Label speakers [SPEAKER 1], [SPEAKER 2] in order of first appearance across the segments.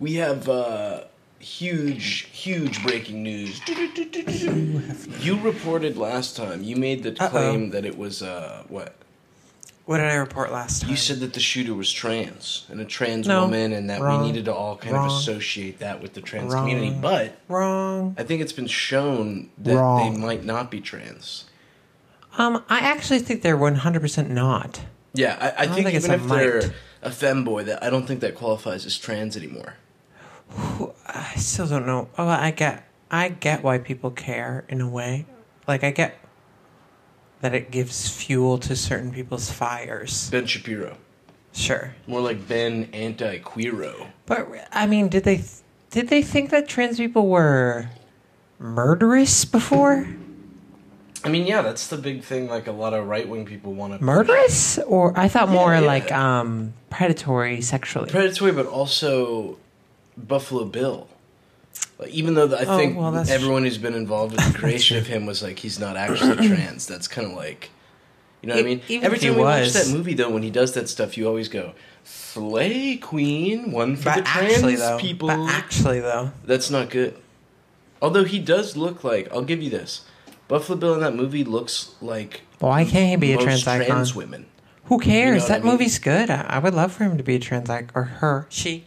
[SPEAKER 1] we have uh, huge, huge breaking news. You reported last time. You made the
[SPEAKER 2] Uh-oh.
[SPEAKER 1] claim that it was uh, what?
[SPEAKER 2] What did I report last time?
[SPEAKER 1] You said that the shooter was trans and a trans
[SPEAKER 2] No.
[SPEAKER 1] woman, and that
[SPEAKER 2] Wrong.
[SPEAKER 1] we needed to all kind of
[SPEAKER 2] Wrong.
[SPEAKER 1] associate that with the trans
[SPEAKER 2] Wrong.
[SPEAKER 1] community. But
[SPEAKER 2] wrong.
[SPEAKER 1] I think it's been shown that
[SPEAKER 3] Wrong.
[SPEAKER 1] they might not be trans.
[SPEAKER 2] Um, I actually think they're one hundred percent not.
[SPEAKER 1] Yeah, I, I,
[SPEAKER 2] don't
[SPEAKER 1] think,
[SPEAKER 2] think it's
[SPEAKER 1] even
[SPEAKER 2] a
[SPEAKER 1] if they're
[SPEAKER 2] might.
[SPEAKER 1] a femboy, that I don't think that qualifies as trans anymore.
[SPEAKER 2] I still don't know. Oh, I get, I get why people care in a way. Like I get that it gives fuel to certain people's fires.
[SPEAKER 1] Ben Shapiro,
[SPEAKER 2] Sure,
[SPEAKER 1] more like Ben Anti-Queero.
[SPEAKER 2] but I mean, did they did they think that trans people were murderous before?
[SPEAKER 1] I mean, yeah, that's the big thing. Like a lot of right wing people want to
[SPEAKER 2] Murderous, or I thought more
[SPEAKER 1] Yeah, yeah.
[SPEAKER 2] like um predatory sexually.
[SPEAKER 1] predatory, but also Buffalo Bill. Like, even though the, I
[SPEAKER 2] Oh,
[SPEAKER 1] think
[SPEAKER 2] well, that's-
[SPEAKER 1] everyone who's been involved with the creation of him was like, he's not actually trans. That's kind of like, you know what I
[SPEAKER 2] E-
[SPEAKER 1] mean?
[SPEAKER 2] even
[SPEAKER 1] Every
[SPEAKER 2] if he
[SPEAKER 1] time we watch
[SPEAKER 2] was-
[SPEAKER 1] that movie, though, when he does that stuff, you always go, "Slay Queen, one for the
[SPEAKER 2] but
[SPEAKER 1] trans
[SPEAKER 2] actually, though,
[SPEAKER 1] people."
[SPEAKER 2] but actually, though,
[SPEAKER 1] That's not good. Although he does look like, I'll give you this, Buffalo Bill in that movie looks like
[SPEAKER 2] why can't he be a
[SPEAKER 1] most
[SPEAKER 2] trans icon?
[SPEAKER 1] trans women.
[SPEAKER 2] Who cares?
[SPEAKER 1] what I
[SPEAKER 2] that
[SPEAKER 1] mean?
[SPEAKER 2] movie's good. I, I would love for him to be a trans icon or her, she,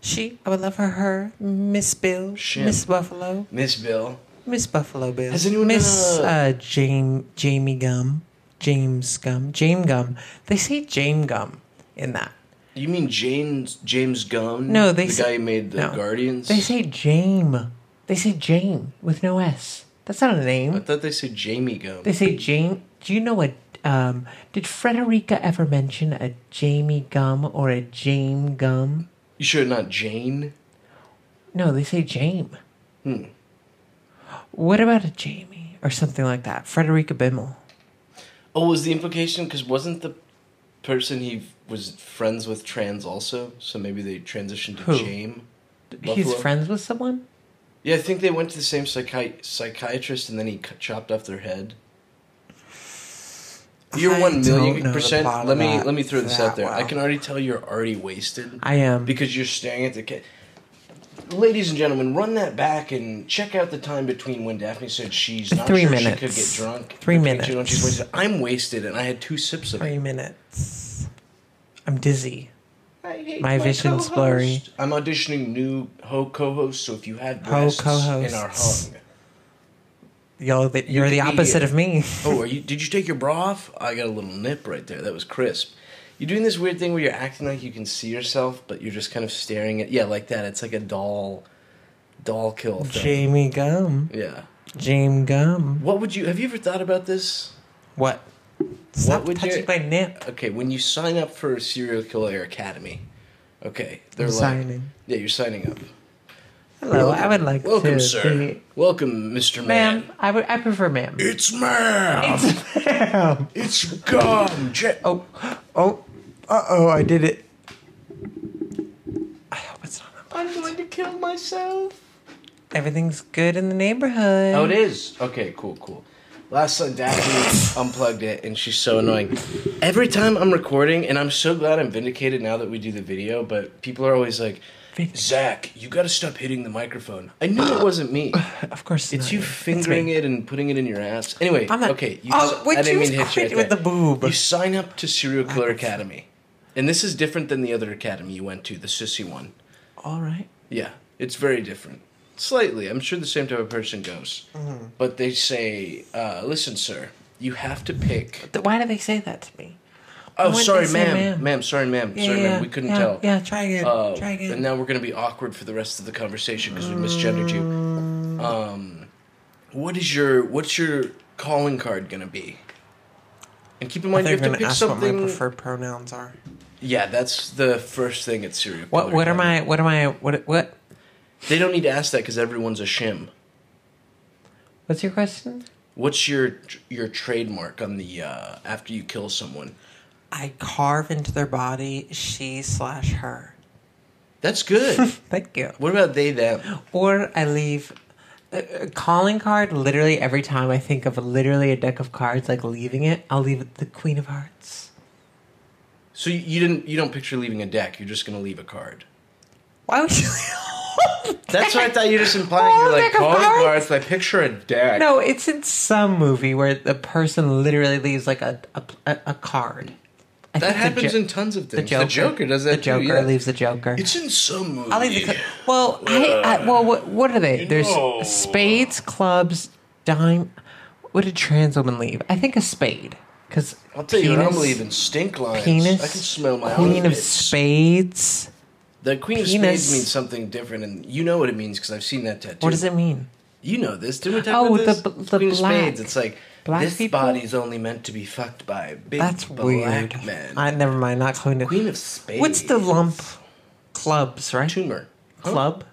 [SPEAKER 2] she. I would love for her, Miss Bill,
[SPEAKER 1] Mm-hmm. Shit.
[SPEAKER 2] Miss Buffalo,
[SPEAKER 1] Miss Bill,
[SPEAKER 2] Miss Buffalo Bill.
[SPEAKER 1] Has anyone
[SPEAKER 2] Miss
[SPEAKER 1] done
[SPEAKER 2] uh, Jame, Jamie Gum, James Gum, Jame Gum? They say Jame Gum in that.
[SPEAKER 1] You mean James James Gunn?
[SPEAKER 2] No, they
[SPEAKER 1] the
[SPEAKER 2] say-
[SPEAKER 1] guy who made the
[SPEAKER 2] no.
[SPEAKER 1] Guardians.
[SPEAKER 2] They say Jame. They say Jame with no s. That's not a
[SPEAKER 1] I
[SPEAKER 2] name.
[SPEAKER 1] thought they said Jamie Gunn.
[SPEAKER 2] They say Jame. Do you know what? Um, did Frederica ever mention a Jamie Gum or a Jame Gum?
[SPEAKER 1] You sure not Jane?
[SPEAKER 2] No, they say Jame.
[SPEAKER 1] Hmm.
[SPEAKER 2] What about a Jamie or something like that? Frederica Bimmel.
[SPEAKER 1] Oh, was the implication because wasn't the person he was friends with trans also? So maybe they transitioned to
[SPEAKER 2] Who?
[SPEAKER 1] Jame.
[SPEAKER 2] He's
[SPEAKER 1] Buffalo?
[SPEAKER 2] friends with someone?
[SPEAKER 1] Yeah, I think they went to the same psychi- psychiatrist, and then he cu- chopped off their head. You're
[SPEAKER 2] I
[SPEAKER 1] one
[SPEAKER 2] don't
[SPEAKER 1] million
[SPEAKER 2] know the
[SPEAKER 1] percent.
[SPEAKER 2] plot of
[SPEAKER 1] Let me
[SPEAKER 2] that-
[SPEAKER 1] let me throw this
[SPEAKER 2] that
[SPEAKER 1] out there. I
[SPEAKER 2] well.
[SPEAKER 1] can already tell you're already wasted.
[SPEAKER 2] I am.
[SPEAKER 1] because you're staring at the ca Ladies and gentlemen, run that back and check out the time between when Daphne said she's not
[SPEAKER 2] Three
[SPEAKER 1] sure she could get
[SPEAKER 2] minutes.
[SPEAKER 1] drunk.
[SPEAKER 2] Three
[SPEAKER 1] between two and
[SPEAKER 2] minutes.
[SPEAKER 1] she's wasted. I'm wasted and I had two sips of
[SPEAKER 2] Three
[SPEAKER 1] it.
[SPEAKER 2] minutes. I'm dizzy.
[SPEAKER 1] I hate
[SPEAKER 2] my vision's
[SPEAKER 1] co-host.
[SPEAKER 2] blurry.
[SPEAKER 1] I'm auditioning new ho co-hosts, so if you have
[SPEAKER 2] Ho
[SPEAKER 1] breasts
[SPEAKER 2] co-hosts.
[SPEAKER 1] in our hung.
[SPEAKER 2] Y'all, that you're
[SPEAKER 1] could
[SPEAKER 2] the
[SPEAKER 1] be
[SPEAKER 2] opposite of me.
[SPEAKER 1] Oh, are you? Did you take your bra off? I got a little nip right there. That was crisp. You're doing this weird thing where you're acting like you can see yourself, but you're just kind of staring at yeah, like that. It's like a doll, doll kill thing.
[SPEAKER 2] Jamie Gum.
[SPEAKER 1] Yeah.
[SPEAKER 2] Jame Gum.
[SPEAKER 1] What would you have you ever thought about this?
[SPEAKER 2] What? Stop
[SPEAKER 1] would
[SPEAKER 2] touching
[SPEAKER 1] you-
[SPEAKER 2] my nip.
[SPEAKER 1] Okay, when you sign up for a serial killer academy, okay, they're
[SPEAKER 2] I'm
[SPEAKER 1] like,
[SPEAKER 2] signing.
[SPEAKER 1] yeah, you're signing up.
[SPEAKER 2] Hello, I would like
[SPEAKER 1] Welcome,
[SPEAKER 2] to
[SPEAKER 1] sir.
[SPEAKER 2] be-
[SPEAKER 1] Welcome, Mister Man.
[SPEAKER 2] Ma'am, I would. I prefer ma'am.
[SPEAKER 1] It's man. It's,
[SPEAKER 2] Ma'am.
[SPEAKER 1] gum. Ja-
[SPEAKER 2] Oh, oh, uh oh! I did it. I hope it's not.
[SPEAKER 1] I'm going to kill myself.
[SPEAKER 2] Everything's good in the neighborhood.
[SPEAKER 1] Oh, it is. Okay, cool, cool. Last time Daphne unplugged it, and she's so annoying. Every time I'm recording, and I'm so glad I'm vindicated now that we do the video, but people are always like,
[SPEAKER 2] Vindicated.
[SPEAKER 1] Zach, you gotta stop hitting the microphone. I knew it wasn't me.
[SPEAKER 2] Of course,
[SPEAKER 1] It's
[SPEAKER 2] not.
[SPEAKER 1] you fingering
[SPEAKER 2] me.
[SPEAKER 1] it and putting it in your ass. Anyway,
[SPEAKER 2] I'm not-
[SPEAKER 1] okay. You
[SPEAKER 2] Oh, would
[SPEAKER 1] I didn't
[SPEAKER 2] you
[SPEAKER 1] mean to hit you
[SPEAKER 2] quit
[SPEAKER 1] right
[SPEAKER 2] with
[SPEAKER 1] there.
[SPEAKER 2] the boob?
[SPEAKER 1] You sign up to Serial Killer
[SPEAKER 2] of-
[SPEAKER 1] Academy, and this is different than the other academy you went to, the sissy one.
[SPEAKER 2] All right.
[SPEAKER 1] Yeah, it's very different. Slightly. I'm sure the same type of person goes.
[SPEAKER 2] Mm-hmm.
[SPEAKER 1] But they say, uh, listen, sir, you have to pick.
[SPEAKER 2] Th- Why do they say that to me?
[SPEAKER 1] Oh,
[SPEAKER 2] Why would
[SPEAKER 1] sorry,
[SPEAKER 2] they say
[SPEAKER 1] ma'am. ma'am.
[SPEAKER 2] ma'am?
[SPEAKER 1] sorry, ma'am.
[SPEAKER 2] Yeah,
[SPEAKER 1] sorry,
[SPEAKER 2] yeah,
[SPEAKER 1] ma'am. We couldn't
[SPEAKER 2] yeah,
[SPEAKER 1] tell.
[SPEAKER 2] Yeah, try again.
[SPEAKER 1] Uh,
[SPEAKER 2] try again.
[SPEAKER 1] And now we're going to be awkward for the rest of the conversation because we misgendered you. Um, what is your what's your calling card going to be? And keep in mind, you
[SPEAKER 2] They're
[SPEAKER 1] have to
[SPEAKER 2] gonna
[SPEAKER 1] pick
[SPEAKER 2] ask what my
[SPEAKER 1] something.
[SPEAKER 2] preferred pronouns are.
[SPEAKER 1] yeah, that's the first thing at serial.
[SPEAKER 2] What?
[SPEAKER 1] killer
[SPEAKER 2] What am
[SPEAKER 1] Academy.
[SPEAKER 2] I? What am I? What? What?
[SPEAKER 1] They don't need to ask that because everyone's a shim.
[SPEAKER 2] What's your question?
[SPEAKER 1] What's your your trademark on the uh, after you kill someone?
[SPEAKER 2] I carve into their body she slash her.
[SPEAKER 1] That's good.
[SPEAKER 2] Thank you.
[SPEAKER 1] what about they them?
[SPEAKER 2] Or I leave a a calling card literally every time I think of literally a deck of cards, like leaving it, I'll leave it the Queen of Hearts.
[SPEAKER 1] So you, you didn't you don't picture leaving a deck. You're just gonna leave a card.
[SPEAKER 2] Why would you?
[SPEAKER 1] That's what I thought you were just implying.
[SPEAKER 2] Oh,
[SPEAKER 1] You're like
[SPEAKER 2] deck of
[SPEAKER 1] calling
[SPEAKER 2] cards?
[SPEAKER 1] cards. I picture a deck.
[SPEAKER 2] No, it's in some movie where the person literally leaves like a a, a card. I
[SPEAKER 1] that
[SPEAKER 2] think the
[SPEAKER 1] happens
[SPEAKER 2] Jo-
[SPEAKER 1] in tons of things. The Joker, does that
[SPEAKER 2] The Joker
[SPEAKER 1] too. yeah.
[SPEAKER 2] leaves the Joker.
[SPEAKER 1] It's in some movie.
[SPEAKER 2] I leave the. Cl- well, I, I well, what, what are they? There's
[SPEAKER 1] Uh, know.
[SPEAKER 2] spades, clubs, dime. What did trans woman leave? I think a spade. Because
[SPEAKER 1] I'll tell you, what, I'm leaving stink lines.
[SPEAKER 2] Penis.
[SPEAKER 1] I can smell my own
[SPEAKER 2] Queen of
[SPEAKER 1] bits.
[SPEAKER 2] spades.
[SPEAKER 1] The Queen of
[SPEAKER 2] penis.
[SPEAKER 1] Spades means something different, and you know what it means because I've seen that tattoo.
[SPEAKER 2] What does it mean?
[SPEAKER 1] You know this. Didn't we talk
[SPEAKER 2] Oh,
[SPEAKER 1] about this?
[SPEAKER 2] the b- the
[SPEAKER 1] Queen of Spades.
[SPEAKER 2] black-
[SPEAKER 1] It's like
[SPEAKER 2] black
[SPEAKER 1] this
[SPEAKER 2] people?
[SPEAKER 1] body's only meant to be fucked by a big
[SPEAKER 2] That's
[SPEAKER 1] black
[SPEAKER 2] weird.
[SPEAKER 1] man.
[SPEAKER 2] I never mind. Not Queen of.
[SPEAKER 1] Queen of Spades.
[SPEAKER 2] What's the lump? Clubs, right?
[SPEAKER 1] tumor? Huh?
[SPEAKER 2] Club.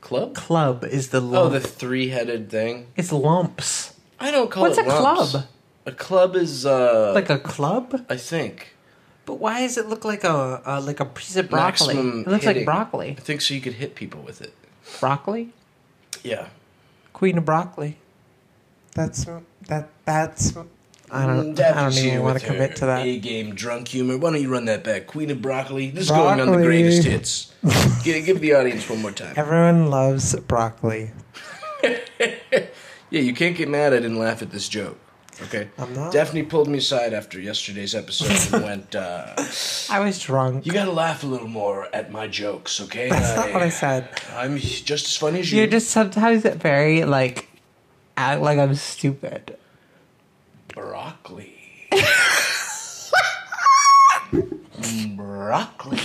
[SPEAKER 1] Club?
[SPEAKER 2] Club is the lump.
[SPEAKER 1] Oh, the three-headed thing.
[SPEAKER 2] It's lumps.
[SPEAKER 1] I don't call
[SPEAKER 2] What's
[SPEAKER 1] it
[SPEAKER 2] a
[SPEAKER 1] lumps.
[SPEAKER 2] club?
[SPEAKER 1] A club is uh,
[SPEAKER 2] Like a club?
[SPEAKER 1] I think.
[SPEAKER 2] But why does it look like a, a like a piece of broccoli?
[SPEAKER 1] Maximum
[SPEAKER 2] It looks
[SPEAKER 1] hitting.
[SPEAKER 2] like broccoli.
[SPEAKER 1] I think so. You could hit people with it.
[SPEAKER 2] Broccoli?
[SPEAKER 1] Yeah.
[SPEAKER 2] Queen of broccoli. That's that that's I don't
[SPEAKER 1] Mm, That
[SPEAKER 2] I don't
[SPEAKER 1] was
[SPEAKER 2] even
[SPEAKER 1] you
[SPEAKER 2] want
[SPEAKER 1] with
[SPEAKER 2] to commit
[SPEAKER 1] her
[SPEAKER 2] to that.
[SPEAKER 1] A-game drunk humor. Why don't you run that back? Queen of Broccoli. This is going on the
[SPEAKER 2] Broccoli.
[SPEAKER 1] greatest hits. give, give the audience one more time.
[SPEAKER 2] Everyone loves broccoli.
[SPEAKER 1] Yeah, you can't get mad I didn't laugh at this joke. Okay?
[SPEAKER 2] I'm not.
[SPEAKER 1] Daphne pulled me aside after yesterday's episode and went, uh,
[SPEAKER 2] I was drunk.
[SPEAKER 1] You gotta laugh a little more at my jokes, okay?
[SPEAKER 2] That's not what I said.
[SPEAKER 1] I'm just as funny as you.
[SPEAKER 2] You're just sometimes very like act like I'm stupid.
[SPEAKER 1] Broccoli. Mm, Broccoli.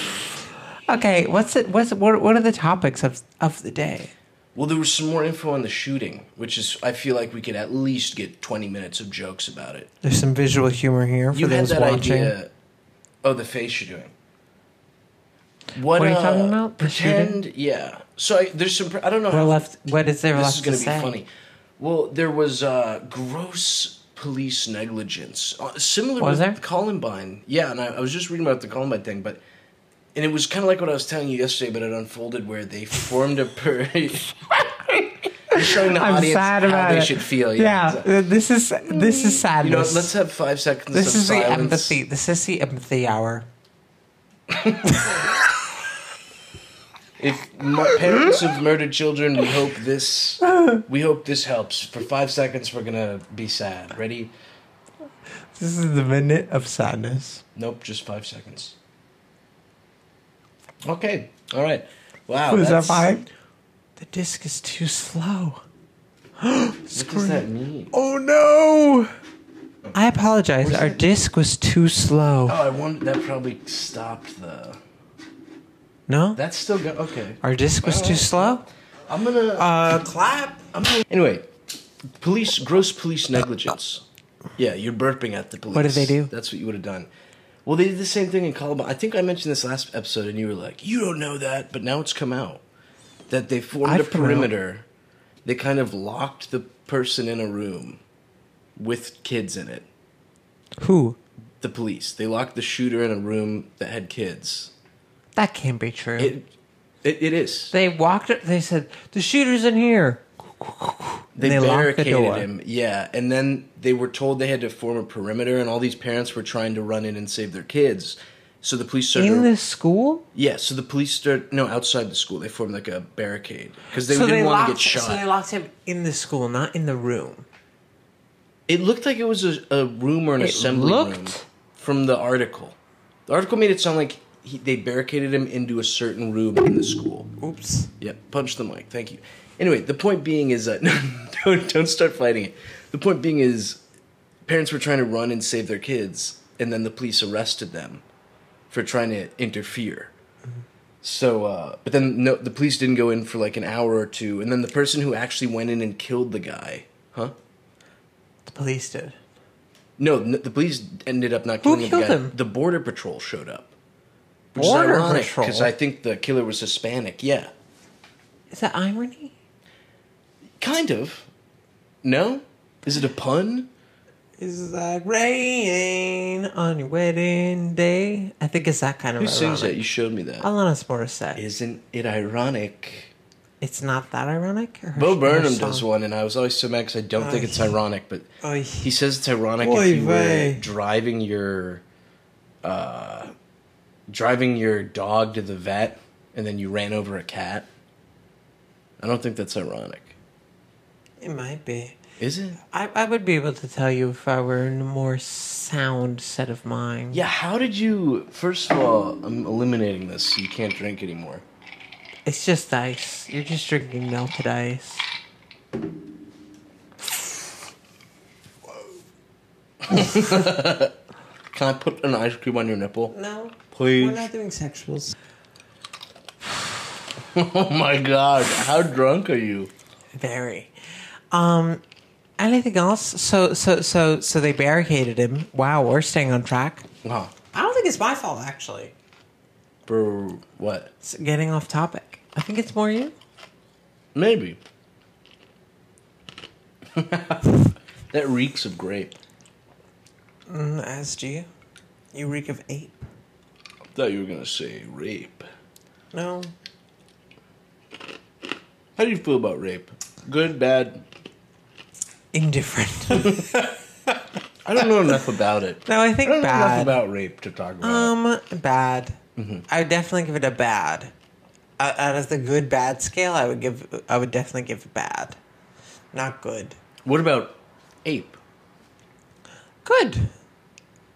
[SPEAKER 2] Okay, what's it what's what what are the topics of of the day?
[SPEAKER 1] Well, there was some more info on the shooting, which is I feel like we could at least get twenty minutes of jokes about it.
[SPEAKER 2] There's some visual humor here for
[SPEAKER 1] You had
[SPEAKER 2] those
[SPEAKER 1] that
[SPEAKER 2] watching.
[SPEAKER 1] idea. Oh, the face you're doing. What,
[SPEAKER 2] What are you
[SPEAKER 1] uh,
[SPEAKER 2] talking about? The
[SPEAKER 1] Pretend, yeah. So I, there's some. I don't know
[SPEAKER 2] We're
[SPEAKER 1] how
[SPEAKER 2] left. What is there
[SPEAKER 1] this
[SPEAKER 2] left
[SPEAKER 1] is going
[SPEAKER 2] to
[SPEAKER 1] to be
[SPEAKER 2] say?
[SPEAKER 1] funny. Well, there was uh, gross police negligence, uh, similar
[SPEAKER 2] Was
[SPEAKER 1] with
[SPEAKER 2] there?
[SPEAKER 1] Columbine. Yeah, and I, I was just reading about the Columbine thing, but and it was kind of like what I was telling you yesterday, but it unfolded where they formed a parade. showing the
[SPEAKER 2] I'm
[SPEAKER 1] audience
[SPEAKER 2] sad about
[SPEAKER 1] how they
[SPEAKER 2] it.
[SPEAKER 1] should feel.
[SPEAKER 2] Yeah,
[SPEAKER 1] So-
[SPEAKER 2] th- this is this is
[SPEAKER 1] you know,
[SPEAKER 2] sadness.
[SPEAKER 1] let's have five seconds.
[SPEAKER 2] this
[SPEAKER 1] of
[SPEAKER 2] is the
[SPEAKER 1] silence.
[SPEAKER 2] empathy. This is the empathy hour.
[SPEAKER 1] If mu- parents of murdered children, we hope this we hope this helps. For five seconds, we're gonna be sad. Ready?
[SPEAKER 2] This is the minute of sadness.
[SPEAKER 1] Nope, just five seconds. Okay, all right. Wow,
[SPEAKER 2] What is that
[SPEAKER 1] Oh, that's-
[SPEAKER 2] five? The disc is too slow.
[SPEAKER 1] What does that mean?
[SPEAKER 2] Oh no! I apologize. Our disc was too
[SPEAKER 1] Oh,
[SPEAKER 2] slow.
[SPEAKER 1] I wonder. That probably stopped the.
[SPEAKER 2] No,
[SPEAKER 1] That's still go. Okay,
[SPEAKER 2] our disc was too slow.
[SPEAKER 1] I'm gonna.
[SPEAKER 2] Uh, clap.
[SPEAKER 1] I'm gonna anyway, police gross police negligence. Yeah, you're burping at the police.
[SPEAKER 2] What did they do?
[SPEAKER 1] That's what you would have done. Well, they did the same thing in Columbine. I think I mentioned this last episode, and you were like, "You don't know that," but now it's come out that they formed
[SPEAKER 2] I've
[SPEAKER 1] a
[SPEAKER 2] come out.
[SPEAKER 1] perimeter. They kind of locked the person in a room with kids in it.
[SPEAKER 2] Who?
[SPEAKER 1] The police. They locked the shooter in a room that had kids.
[SPEAKER 2] That can't be true.
[SPEAKER 1] It, it, it is.
[SPEAKER 2] they walked up. They said the shooter's in here.
[SPEAKER 1] they,
[SPEAKER 2] And locked the
[SPEAKER 1] barricaded
[SPEAKER 2] door.
[SPEAKER 1] him. Yeah, and then they were told they had to form a perimeter, and all these parents were trying to run in and save their kids. So the police started.
[SPEAKER 2] in the school.
[SPEAKER 1] yeah, so the police start no outside the school. They formed like a barricade because they
[SPEAKER 2] so
[SPEAKER 1] didn't
[SPEAKER 2] they
[SPEAKER 1] want
[SPEAKER 2] locked,
[SPEAKER 1] to get shot.
[SPEAKER 2] So they locked him in the school, not in the room.
[SPEAKER 1] it looked like it was a, a room or an
[SPEAKER 2] It
[SPEAKER 1] assembly room
[SPEAKER 2] looked-
[SPEAKER 1] from the article. The article made it sound like he, they barricaded him into a certain room in the school.
[SPEAKER 2] Oops.
[SPEAKER 1] Yeah, punch the mic. Thank you. Anyway, the point being is uh, don't don't start fighting it. The point being is parents were trying to run and save their kids, and then the police arrested them for trying to interfere.
[SPEAKER 2] Mm-hmm.
[SPEAKER 1] So, uh, but then no, the police didn't go in for like an hour or two, and then the person who actually went in and killed the guy, huh?
[SPEAKER 2] The police did.
[SPEAKER 1] No, n the police ended up not killing
[SPEAKER 2] killed
[SPEAKER 1] the guy.
[SPEAKER 2] him?
[SPEAKER 1] The border patrol showed up. Which
[SPEAKER 2] Border
[SPEAKER 1] is ironic
[SPEAKER 2] Patrol?
[SPEAKER 1] because I think the killer was Hispanic. Yeah,
[SPEAKER 2] Is that irony?
[SPEAKER 1] kind of. No, is it a pun?
[SPEAKER 2] Is that rain on your wedding day? I think it's that kind of
[SPEAKER 1] Who
[SPEAKER 2] ironic.
[SPEAKER 1] sings that? You showed me that.
[SPEAKER 2] Alanis Morissette.
[SPEAKER 1] Isn't it ironic?
[SPEAKER 2] It's not that ironic. Her,
[SPEAKER 1] Bo
[SPEAKER 2] her
[SPEAKER 1] Burnham
[SPEAKER 2] song- Oh,
[SPEAKER 1] does one, and I was always so mad because I don't think it's ironic, but
[SPEAKER 2] Oy.
[SPEAKER 1] he says it's ironic
[SPEAKER 2] Uh, Oy
[SPEAKER 1] if you were
[SPEAKER 2] vey.
[SPEAKER 1] driving your, uh, driving your dog to the vet, and then you ran over a cat. I don't think that's ironic.
[SPEAKER 2] It might be.
[SPEAKER 1] Is it?
[SPEAKER 2] I, I would be able to tell you if I were in a more sound set of mind.
[SPEAKER 1] Yeah, how did you. First of all, I'm eliminating this so you can't drink anymore.
[SPEAKER 2] It's just ice. You're just drinking melted ice.
[SPEAKER 1] Can I put an ice cube on your nipple?
[SPEAKER 2] No.
[SPEAKER 1] Please.
[SPEAKER 2] We're not doing sexuals.
[SPEAKER 1] Oh my god, how drunk are you?
[SPEAKER 2] Very. Um, anything else? So so so so they barricaded him. Wow, we're staying on track.
[SPEAKER 1] Wow.
[SPEAKER 2] I don't think it's my fault actually.
[SPEAKER 1] For what?
[SPEAKER 2] It's getting off topic. I think it's more you.
[SPEAKER 1] Maybe. that reeks of grape.
[SPEAKER 2] Mm, as do you. You reek of ape.
[SPEAKER 1] I thought you were gonna say rape.
[SPEAKER 2] No.
[SPEAKER 1] How do you feel about rape? Good, bad?
[SPEAKER 2] Indifferent.
[SPEAKER 1] I don't know enough about it.
[SPEAKER 2] no, I
[SPEAKER 1] I
[SPEAKER 2] think
[SPEAKER 1] don't know enough
[SPEAKER 2] bad.
[SPEAKER 1] about rape to talk about.
[SPEAKER 2] um, bad. I would definitely give it a bad. Uh, Out out of the good bad scale, I would give. I would definitely give it bad. Not good.
[SPEAKER 1] what about ape?
[SPEAKER 2] Good.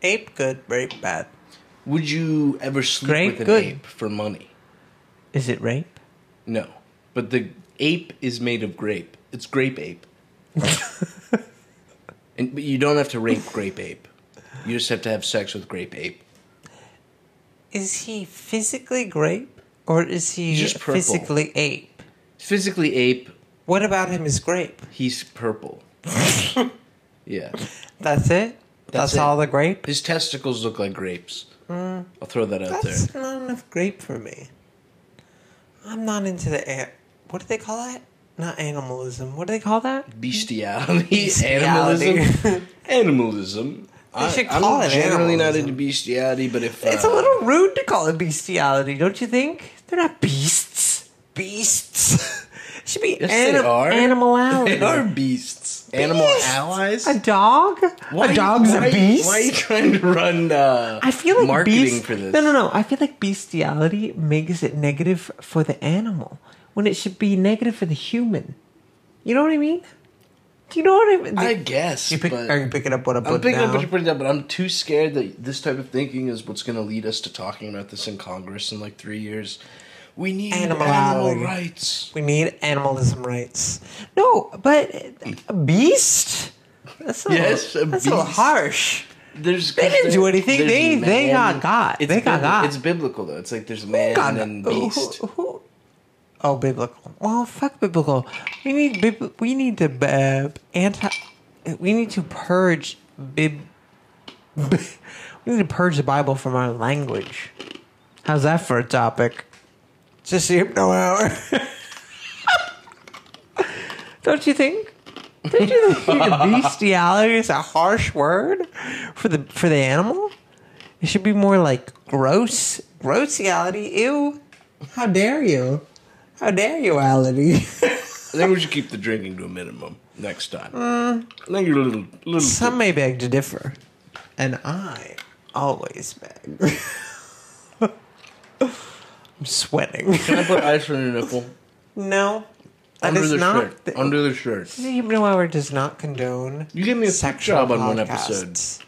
[SPEAKER 2] Ape good, rape bad.
[SPEAKER 1] Would you ever sleep
[SPEAKER 2] Grape,
[SPEAKER 1] with an
[SPEAKER 2] good.
[SPEAKER 1] ape for money?
[SPEAKER 2] Is it rape?
[SPEAKER 1] No. But the ape is made of grape. It's grape ape. and, but you don't have to rape grape ape. You just have to have sex with grape ape.
[SPEAKER 2] Is he physically grape or is he
[SPEAKER 1] He's just purple.
[SPEAKER 2] physically ape?
[SPEAKER 1] Physically ape,
[SPEAKER 2] What about him is grape?
[SPEAKER 1] he's purple. yeah.
[SPEAKER 2] That's it? That's,
[SPEAKER 1] That's it.
[SPEAKER 2] all the grape?
[SPEAKER 1] His testicles look like grapes. I'll throw that out there.
[SPEAKER 2] Hmm. That's not enough grape for me. I'm not into the air. What do they call that? Not animalism. What do they call
[SPEAKER 1] Uh,
[SPEAKER 2] that?
[SPEAKER 1] Bestiality,
[SPEAKER 2] Bestiality.
[SPEAKER 1] animalism. animalism. I,
[SPEAKER 2] should
[SPEAKER 1] I'm
[SPEAKER 2] call it
[SPEAKER 1] generally not
[SPEAKER 2] animalism.
[SPEAKER 1] into bestiality, but if
[SPEAKER 2] It's a
[SPEAKER 1] uh,
[SPEAKER 2] little rude to call it bestiality, don't you think? They're not beasts. Beasts. It should be
[SPEAKER 1] Yes,
[SPEAKER 2] anim-
[SPEAKER 1] they are.
[SPEAKER 2] animality.
[SPEAKER 1] They are beasts. Animal
[SPEAKER 2] Beasts.
[SPEAKER 1] allies.
[SPEAKER 2] A dog?
[SPEAKER 1] Why are
[SPEAKER 2] a
[SPEAKER 1] you-
[SPEAKER 2] dog's
[SPEAKER 1] why are
[SPEAKER 2] a
[SPEAKER 1] you-
[SPEAKER 2] beast?
[SPEAKER 1] Why are you trying to run uh,
[SPEAKER 2] I feel like
[SPEAKER 1] marketing
[SPEAKER 2] beast-
[SPEAKER 1] for this?
[SPEAKER 2] No, no, no. I feel like bestiality makes it negative for the animal when it should be negative for the human. You know what I mean? Do you know what I mean?
[SPEAKER 1] I guess.
[SPEAKER 2] you pick,
[SPEAKER 1] but
[SPEAKER 2] are you picking up what I put
[SPEAKER 1] I'm picking up
[SPEAKER 2] down?
[SPEAKER 1] what you're putting down, but I'm too scared that this type of thinking is what's going to lead us to talking about this in Congress in like three years. We need
[SPEAKER 2] Animal
[SPEAKER 1] animal,
[SPEAKER 2] allies.
[SPEAKER 1] rights.
[SPEAKER 2] we need animalism rights. No, but a beast. That's a
[SPEAKER 1] Hmm. Yes,
[SPEAKER 2] little,
[SPEAKER 1] a
[SPEAKER 2] that's a little
[SPEAKER 1] beast.
[SPEAKER 2] harsh.
[SPEAKER 1] There's
[SPEAKER 2] They didn't do anything.
[SPEAKER 1] there's
[SPEAKER 2] They- they
[SPEAKER 1] man.
[SPEAKER 2] got God.
[SPEAKER 1] It's
[SPEAKER 2] They got God.
[SPEAKER 1] It's biblical though. It's like there's man
[SPEAKER 2] God,
[SPEAKER 1] and then
[SPEAKER 2] who-
[SPEAKER 1] beast.
[SPEAKER 2] who- who- oh, biblical. Well, fuck biblical. We need bib- we need to uh, anti. We need to purge bib. we need to purge the Bible from our language. How's that for a topic? It's Just the hypno hour. Don't you think? Don't you think bestiality is a harsh word for the for the animal? It should be more like gross, grossiality. Ew! How dare you? How dare you, Ality?
[SPEAKER 1] I think we should keep the drinking to a minimum next time.
[SPEAKER 2] Mm.
[SPEAKER 1] I think you're a little, little.
[SPEAKER 2] Some may beg to differ, and I always beg. I'm sweating.
[SPEAKER 1] Can I put ice on your nipple?
[SPEAKER 2] No, that
[SPEAKER 1] Under
[SPEAKER 2] is
[SPEAKER 1] the
[SPEAKER 2] not.
[SPEAKER 1] shirt.
[SPEAKER 2] The,
[SPEAKER 1] Under the shirt.
[SPEAKER 2] the Hypno Hour does not condone.
[SPEAKER 1] You gave me a sex
[SPEAKER 2] sexual
[SPEAKER 1] job on one episode.
[SPEAKER 2] podcasts.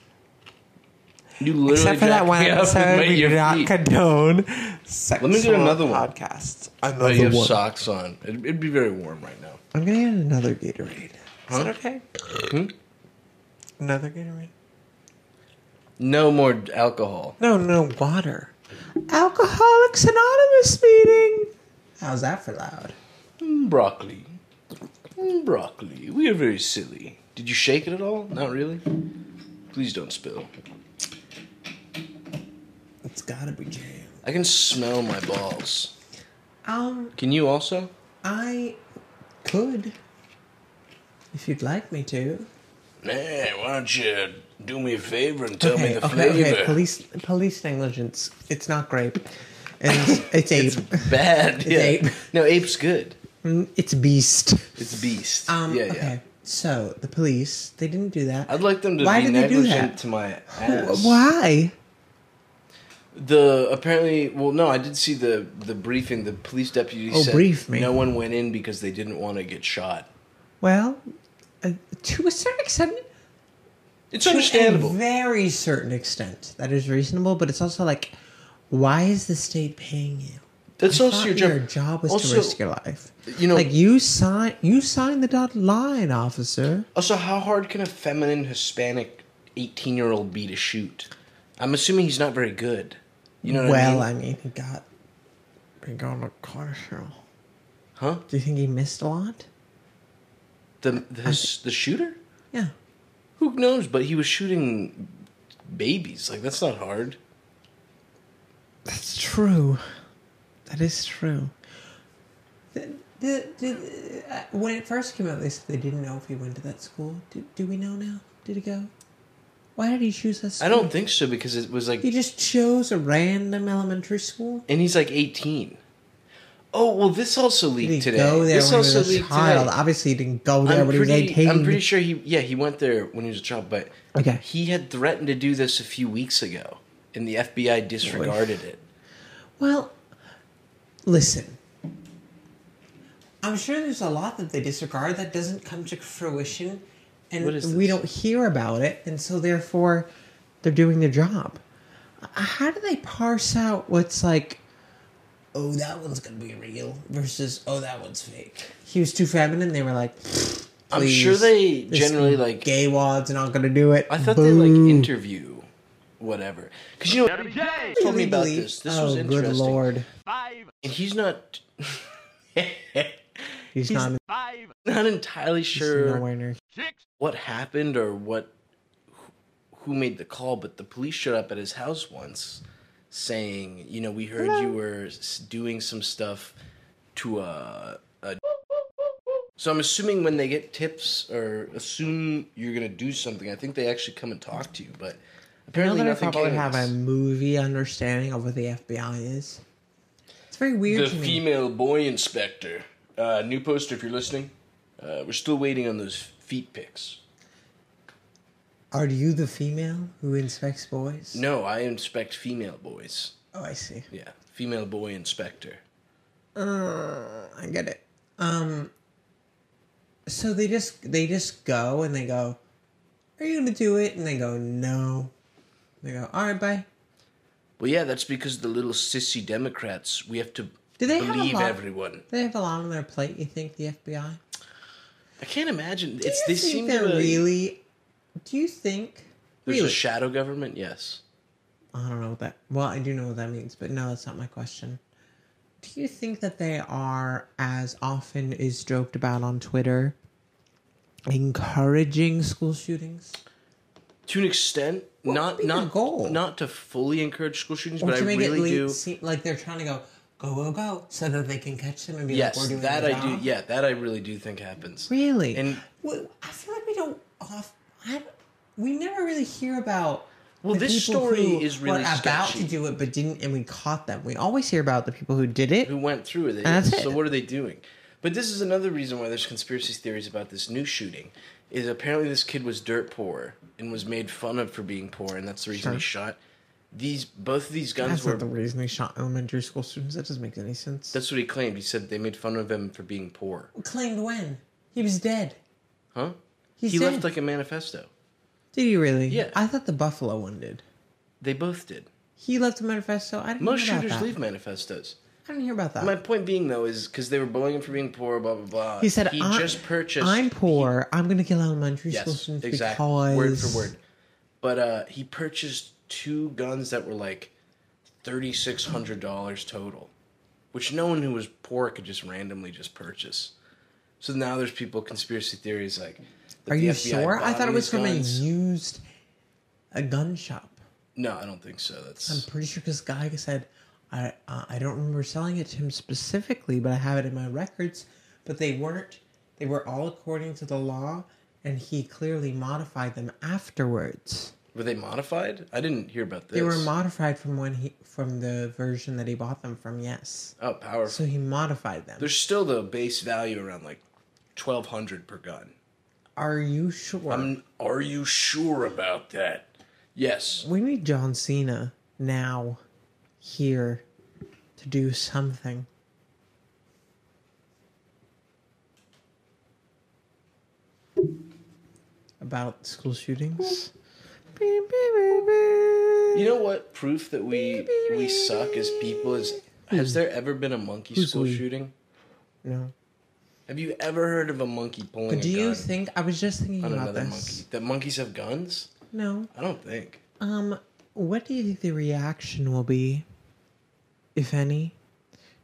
[SPEAKER 1] You literally
[SPEAKER 2] Except for that
[SPEAKER 1] jacked
[SPEAKER 2] one
[SPEAKER 1] me up and
[SPEAKER 2] episode,
[SPEAKER 1] made
[SPEAKER 2] we do
[SPEAKER 1] your
[SPEAKER 2] not
[SPEAKER 1] feet.
[SPEAKER 2] condone sexual
[SPEAKER 1] do another one.
[SPEAKER 2] podcasts. Another
[SPEAKER 1] But you have
[SPEAKER 2] one.
[SPEAKER 1] socks on. It'd, it'd be very warm right now.
[SPEAKER 2] I'm gonna get another Gatorade. Is
[SPEAKER 1] Huh? Hmm?
[SPEAKER 2] that okay? Another Gatorade?
[SPEAKER 1] No more alcohol.
[SPEAKER 2] No, no water. Alcoholics Anonymous meeting. How's that for loud?
[SPEAKER 1] Mm, broccoli. Mm, broccoli. We are very silly. Did you shake it at all? Not really. Please don't spill.
[SPEAKER 2] It's gotta be jam.
[SPEAKER 1] I can smell my balls.
[SPEAKER 2] Um,
[SPEAKER 1] Can you also?
[SPEAKER 2] I could, if you'd like me to.
[SPEAKER 1] Hey, why don't you do me a favor and tell me the
[SPEAKER 2] okay,
[SPEAKER 1] flavor?
[SPEAKER 2] okay. Police, police negligence. It's not grape. It's, it's ape.
[SPEAKER 1] It's bad. yeah.
[SPEAKER 2] ape.
[SPEAKER 1] No, ape's good.
[SPEAKER 2] Mm, It's beast.
[SPEAKER 1] It's beast.
[SPEAKER 2] Um,
[SPEAKER 1] yeah,
[SPEAKER 2] okay.
[SPEAKER 1] yeah.
[SPEAKER 2] So the police, they didn't do that.
[SPEAKER 1] I'd like them to
[SPEAKER 2] Why
[SPEAKER 1] be
[SPEAKER 2] did they do
[SPEAKER 1] negligent
[SPEAKER 2] that?
[SPEAKER 1] to my ass.
[SPEAKER 2] Why?
[SPEAKER 1] The apparently, well, no, I did see the the briefing. The police deputy
[SPEAKER 2] Oh,
[SPEAKER 1] said
[SPEAKER 2] brief me.
[SPEAKER 1] no one went in because they didn't want to get shot.
[SPEAKER 2] Well, uh, to a certain extent,
[SPEAKER 1] It's
[SPEAKER 2] to a
[SPEAKER 1] understandable.
[SPEAKER 2] very certain extent, that is reasonable. But it's also like, why is the state paying you?
[SPEAKER 1] That's
[SPEAKER 2] I
[SPEAKER 1] also
[SPEAKER 2] thought
[SPEAKER 1] your job.
[SPEAKER 2] Your job was
[SPEAKER 1] Also-
[SPEAKER 2] to risk your life.
[SPEAKER 1] You know-
[SPEAKER 2] like you sign, you sign the dotted line, officer.
[SPEAKER 1] Also, how hard can a feminine Hispanic eighteen year old be to shoot? I'm assuming he's not very good. You know what
[SPEAKER 2] well,
[SPEAKER 1] I mean?
[SPEAKER 2] I mean, he got, he got on a car show.
[SPEAKER 1] Huh?
[SPEAKER 2] Do you think he missed a lot?
[SPEAKER 1] The the, his, the shooter?
[SPEAKER 2] Yeah.
[SPEAKER 1] Who knows? But he was shooting babies. Like that's not hard.
[SPEAKER 2] That's true. That is true. The, the, the, uh, when it first came out, they said they didn't know if he went to that school. Do, do we know now? Did he go? Why did he choose that school?
[SPEAKER 1] I don't think so because it was like,
[SPEAKER 2] He just chose a random elementary school.
[SPEAKER 1] and he's like eighteen. Oh well, this also
[SPEAKER 2] Did he
[SPEAKER 1] leaked today.
[SPEAKER 2] go there
[SPEAKER 1] this
[SPEAKER 2] when he
[SPEAKER 1] also
[SPEAKER 2] was a
[SPEAKER 1] leaked
[SPEAKER 2] child?
[SPEAKER 1] today.
[SPEAKER 2] Obviously, he didn't go there
[SPEAKER 1] I'm
[SPEAKER 2] when he was
[SPEAKER 1] pretty,
[SPEAKER 2] 18.
[SPEAKER 1] I'm pretty sure he. Yeah, he went there when he was a child, but
[SPEAKER 2] Okay.
[SPEAKER 1] he had threatened to do this a few weeks ago, and the FBI disregarded it.
[SPEAKER 2] Well, listen. I'm sure there's a lot that they disregard that doesn't come to fruition, and
[SPEAKER 1] What is
[SPEAKER 2] we
[SPEAKER 1] this?
[SPEAKER 2] don't hear about it, and so therefore, they're doing their job. Uh, How do they parse out what's like? Oh, that one's gonna be real versus oh, that one's fake. He was too feminine. They were like,
[SPEAKER 1] I'm sure they
[SPEAKER 2] "Please, this
[SPEAKER 1] generally, like-
[SPEAKER 2] gay wads not gonna do it.
[SPEAKER 1] I thought
[SPEAKER 2] Boo.
[SPEAKER 1] they like interview, whatever. Because you know, he told me about
[SPEAKER 2] Legally-
[SPEAKER 1] this. This
[SPEAKER 2] oh,
[SPEAKER 1] was interesting.
[SPEAKER 2] good lord,
[SPEAKER 1] And he's not.
[SPEAKER 2] he's, not in-
[SPEAKER 1] not entirely sure
[SPEAKER 2] nowhere near
[SPEAKER 1] what happened or what wh- who made the call, but the police showed up at his house once, saying, "You know, we heard you were s- doing some stuff to a." a so I'm assuming when they get tips or assume you're gonna do something, I think they actually come and talk to you. But
[SPEAKER 2] Now
[SPEAKER 1] apparently,
[SPEAKER 2] that I
[SPEAKER 1] nothing
[SPEAKER 2] probably
[SPEAKER 1] came of
[SPEAKER 2] have
[SPEAKER 1] this.
[SPEAKER 2] a movie understanding of what the FBI is. It's very weird
[SPEAKER 1] the
[SPEAKER 2] to me.
[SPEAKER 1] female boy inspector. Uh, new poster if you're listening. Uh, we're still waiting on those feet pics.
[SPEAKER 2] Are you the female who inspects boys?
[SPEAKER 1] No, I inspect female boys.
[SPEAKER 2] Oh, I see.
[SPEAKER 1] Yeah, female boy inspector.
[SPEAKER 2] Uh, I get it. Um. So they just they just go and they go, "Are you gonna do it?" And they go, "No." They go, "All right, bye."
[SPEAKER 1] Well, yeah, that's because the little sissy Democrats. We have to
[SPEAKER 2] Do they have a
[SPEAKER 1] believe
[SPEAKER 2] lot-
[SPEAKER 1] everyone.
[SPEAKER 2] They have a lot on their plate. You think the FBI?
[SPEAKER 1] I can't imagine.
[SPEAKER 2] Do
[SPEAKER 1] It's
[SPEAKER 2] you
[SPEAKER 1] they
[SPEAKER 2] think
[SPEAKER 1] seem to
[SPEAKER 2] they're
[SPEAKER 1] really.
[SPEAKER 2] really? Do you think
[SPEAKER 1] there's
[SPEAKER 2] really?
[SPEAKER 1] a shadow government. Yes.
[SPEAKER 2] I don't know what that. Well, I do know what that means, but no, that's not my question. Do you think that they are, as often is joked about on Twitter, encouraging school shootings?
[SPEAKER 1] To an extent,
[SPEAKER 2] would
[SPEAKER 1] not
[SPEAKER 2] be their
[SPEAKER 1] not
[SPEAKER 2] goal?
[SPEAKER 1] not to fully encourage school shootings,
[SPEAKER 2] Or
[SPEAKER 1] but I
[SPEAKER 2] to make
[SPEAKER 1] really
[SPEAKER 2] it le-
[SPEAKER 1] do.
[SPEAKER 2] seem like they're trying to go, go, go, go, so that they can catch them and be
[SPEAKER 1] Yes,
[SPEAKER 2] like, we're doing
[SPEAKER 1] that
[SPEAKER 2] our
[SPEAKER 1] I do.
[SPEAKER 2] job?
[SPEAKER 1] Yeah, that I really do think happens.
[SPEAKER 2] Really?
[SPEAKER 1] And-
[SPEAKER 2] well, I feel like we don't off. I, we never really hear about.
[SPEAKER 1] Well,
[SPEAKER 2] the
[SPEAKER 1] this
[SPEAKER 2] people
[SPEAKER 1] story
[SPEAKER 2] who
[SPEAKER 1] is really
[SPEAKER 2] were about
[SPEAKER 1] sketchy.
[SPEAKER 2] to do it but didn't, and we caught them. We always hear about the people who did it.
[SPEAKER 1] who went through with it.
[SPEAKER 2] That's
[SPEAKER 1] So
[SPEAKER 2] it.
[SPEAKER 1] what are they doing? But this is another reason why there's conspiracy theories about this new shooting. Is apparently this kid was dirt poor and was made fun of for being poor, and that's the reason he shot. These both of these guns
[SPEAKER 2] That's
[SPEAKER 1] were.
[SPEAKER 2] not the reason they shot elementary school students. That doesn't make any sense.
[SPEAKER 1] that's what he claimed. He said they made fun of him for being poor.
[SPEAKER 2] Claimed when? He was dead.
[SPEAKER 1] Huh?
[SPEAKER 2] He's
[SPEAKER 1] he left
[SPEAKER 2] dead.
[SPEAKER 1] like a manifesto.
[SPEAKER 2] Did he really?
[SPEAKER 1] Yeah.
[SPEAKER 2] I thought the Buffalo one did.
[SPEAKER 1] They both did.
[SPEAKER 2] He left a manifesto. I didn't
[SPEAKER 1] Most
[SPEAKER 2] hear about
[SPEAKER 1] shooters
[SPEAKER 2] that.
[SPEAKER 1] leave manifestos.
[SPEAKER 2] I didn't hear about that.
[SPEAKER 1] My point being though is because they were bullying him for being poor, blah blah blah.
[SPEAKER 2] he said,
[SPEAKER 1] he
[SPEAKER 2] I,
[SPEAKER 1] just purchased.
[SPEAKER 2] I'm poor. I'm going to kill elementary school
[SPEAKER 1] Yes,
[SPEAKER 2] students
[SPEAKER 1] exactly.
[SPEAKER 2] because
[SPEAKER 1] Word for word. But uh, he purchased two guns that were like thirty six hundred dollars total, which no one who was poor could just randomly just purchase. So now there's people conspiracy theories like. that
[SPEAKER 2] Are
[SPEAKER 1] the
[SPEAKER 2] you
[SPEAKER 1] FBI
[SPEAKER 2] sure? I
[SPEAKER 1] bought
[SPEAKER 2] thought it was
[SPEAKER 1] these
[SPEAKER 2] from
[SPEAKER 1] guns.
[SPEAKER 2] a used a gun shop.
[SPEAKER 1] No, I don't think so.
[SPEAKER 2] I'm
[SPEAKER 1] That's
[SPEAKER 2] pretty sure this guy said, I uh, I don't remember selling it to him specifically, but I have it in my records. But they weren't. They were all according to the law, and he clearly modified them afterwards.
[SPEAKER 1] were they modified? I didn't hear about this.
[SPEAKER 2] They were modified from when he from the version that he bought them from. Yes,
[SPEAKER 1] oh, powerful.
[SPEAKER 2] so he modified them.
[SPEAKER 1] there's still the base value around like twelve hundred per gun.
[SPEAKER 2] Are you sure?
[SPEAKER 1] Mm, Are you sure about that? Yes.
[SPEAKER 2] we need John Cena now here to do something. About school shootings?
[SPEAKER 1] You know what proof that we we suck as people is has there ever been a monkey
[SPEAKER 2] Who's
[SPEAKER 1] school
[SPEAKER 2] we?
[SPEAKER 1] shooting?
[SPEAKER 2] No.
[SPEAKER 1] Have you ever heard of a monkey pulling
[SPEAKER 2] But
[SPEAKER 1] a
[SPEAKER 2] do
[SPEAKER 1] gun
[SPEAKER 2] you think I was just thinking
[SPEAKER 1] on
[SPEAKER 2] about
[SPEAKER 1] another
[SPEAKER 2] this?
[SPEAKER 1] monkey? That monkeys have guns?
[SPEAKER 2] No.
[SPEAKER 1] I don't think.
[SPEAKER 2] Um, what do you think the reaction will be, if any?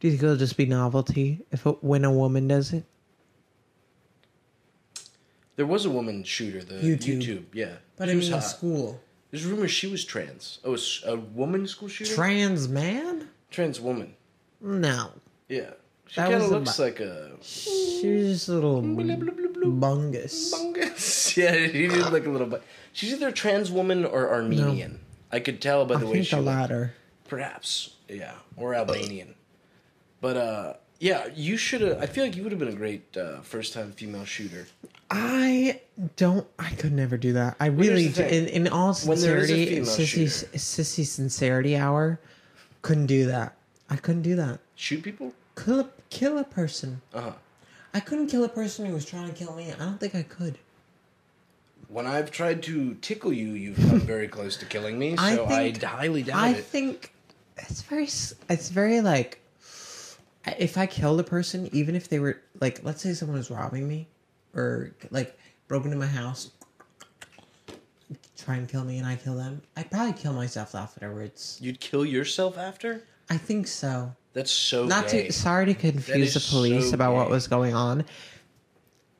[SPEAKER 2] Do you think it'll just be novelty if it, when a woman does it?
[SPEAKER 1] There was a woman shooter, the
[SPEAKER 2] YouTube.
[SPEAKER 1] YouTube, yeah.
[SPEAKER 2] But
[SPEAKER 1] she
[SPEAKER 2] I
[SPEAKER 1] was
[SPEAKER 2] mean, in
[SPEAKER 1] hot.
[SPEAKER 2] school,
[SPEAKER 1] There's rumors she was trans. Oh, a s- a woman school shooter?
[SPEAKER 2] trans man?
[SPEAKER 1] trans woman.
[SPEAKER 2] No,
[SPEAKER 1] Yeah. She
[SPEAKER 2] That
[SPEAKER 1] kind
[SPEAKER 2] was
[SPEAKER 1] of
[SPEAKER 2] a
[SPEAKER 1] looks
[SPEAKER 2] bu-
[SPEAKER 1] like a
[SPEAKER 2] she was just a little bungus.
[SPEAKER 1] fungus. yeah, she did look a little bit. She's either a trans woman or Armenian. I could tell by
[SPEAKER 2] I
[SPEAKER 1] the way
[SPEAKER 2] think
[SPEAKER 1] she
[SPEAKER 2] the
[SPEAKER 1] looked.
[SPEAKER 2] latter.
[SPEAKER 1] Perhaps, yeah, or Albanian. But uh, yeah, you should have. I feel like you would have been a great uh, first-time female shooter.
[SPEAKER 2] I don't. I could never do that. I really,
[SPEAKER 1] here's the
[SPEAKER 2] d-
[SPEAKER 1] thing.
[SPEAKER 2] in, in all
[SPEAKER 1] When there is a
[SPEAKER 2] sincerity,
[SPEAKER 1] female
[SPEAKER 2] sissy,
[SPEAKER 1] shooter-
[SPEAKER 2] sissy sincerity hour, couldn't do that. I couldn't do that.
[SPEAKER 1] Shoot people?
[SPEAKER 2] Kill a, kill a person.
[SPEAKER 1] Uh huh.
[SPEAKER 2] I couldn't kill a person who was trying to kill me. I don't think I could.
[SPEAKER 1] When I've tried to tickle you, you've come very close to killing me. So
[SPEAKER 2] I
[SPEAKER 1] I,
[SPEAKER 2] think-
[SPEAKER 1] d- highly doubt
[SPEAKER 2] I
[SPEAKER 1] it.
[SPEAKER 2] think it's very, s- it's very like, I- if I killed a person, even if they were like, let's say someone was robbing me, or like broke into my house, try and kill me, and I kill them, I'd probably kill myself afterwards.
[SPEAKER 1] You'd kill yourself after?
[SPEAKER 2] I think so.
[SPEAKER 1] That's so.
[SPEAKER 2] Not
[SPEAKER 1] gay.
[SPEAKER 2] to sorry to confuse the
[SPEAKER 1] is
[SPEAKER 2] police
[SPEAKER 1] so
[SPEAKER 2] about what
[SPEAKER 1] gay.
[SPEAKER 2] was going on.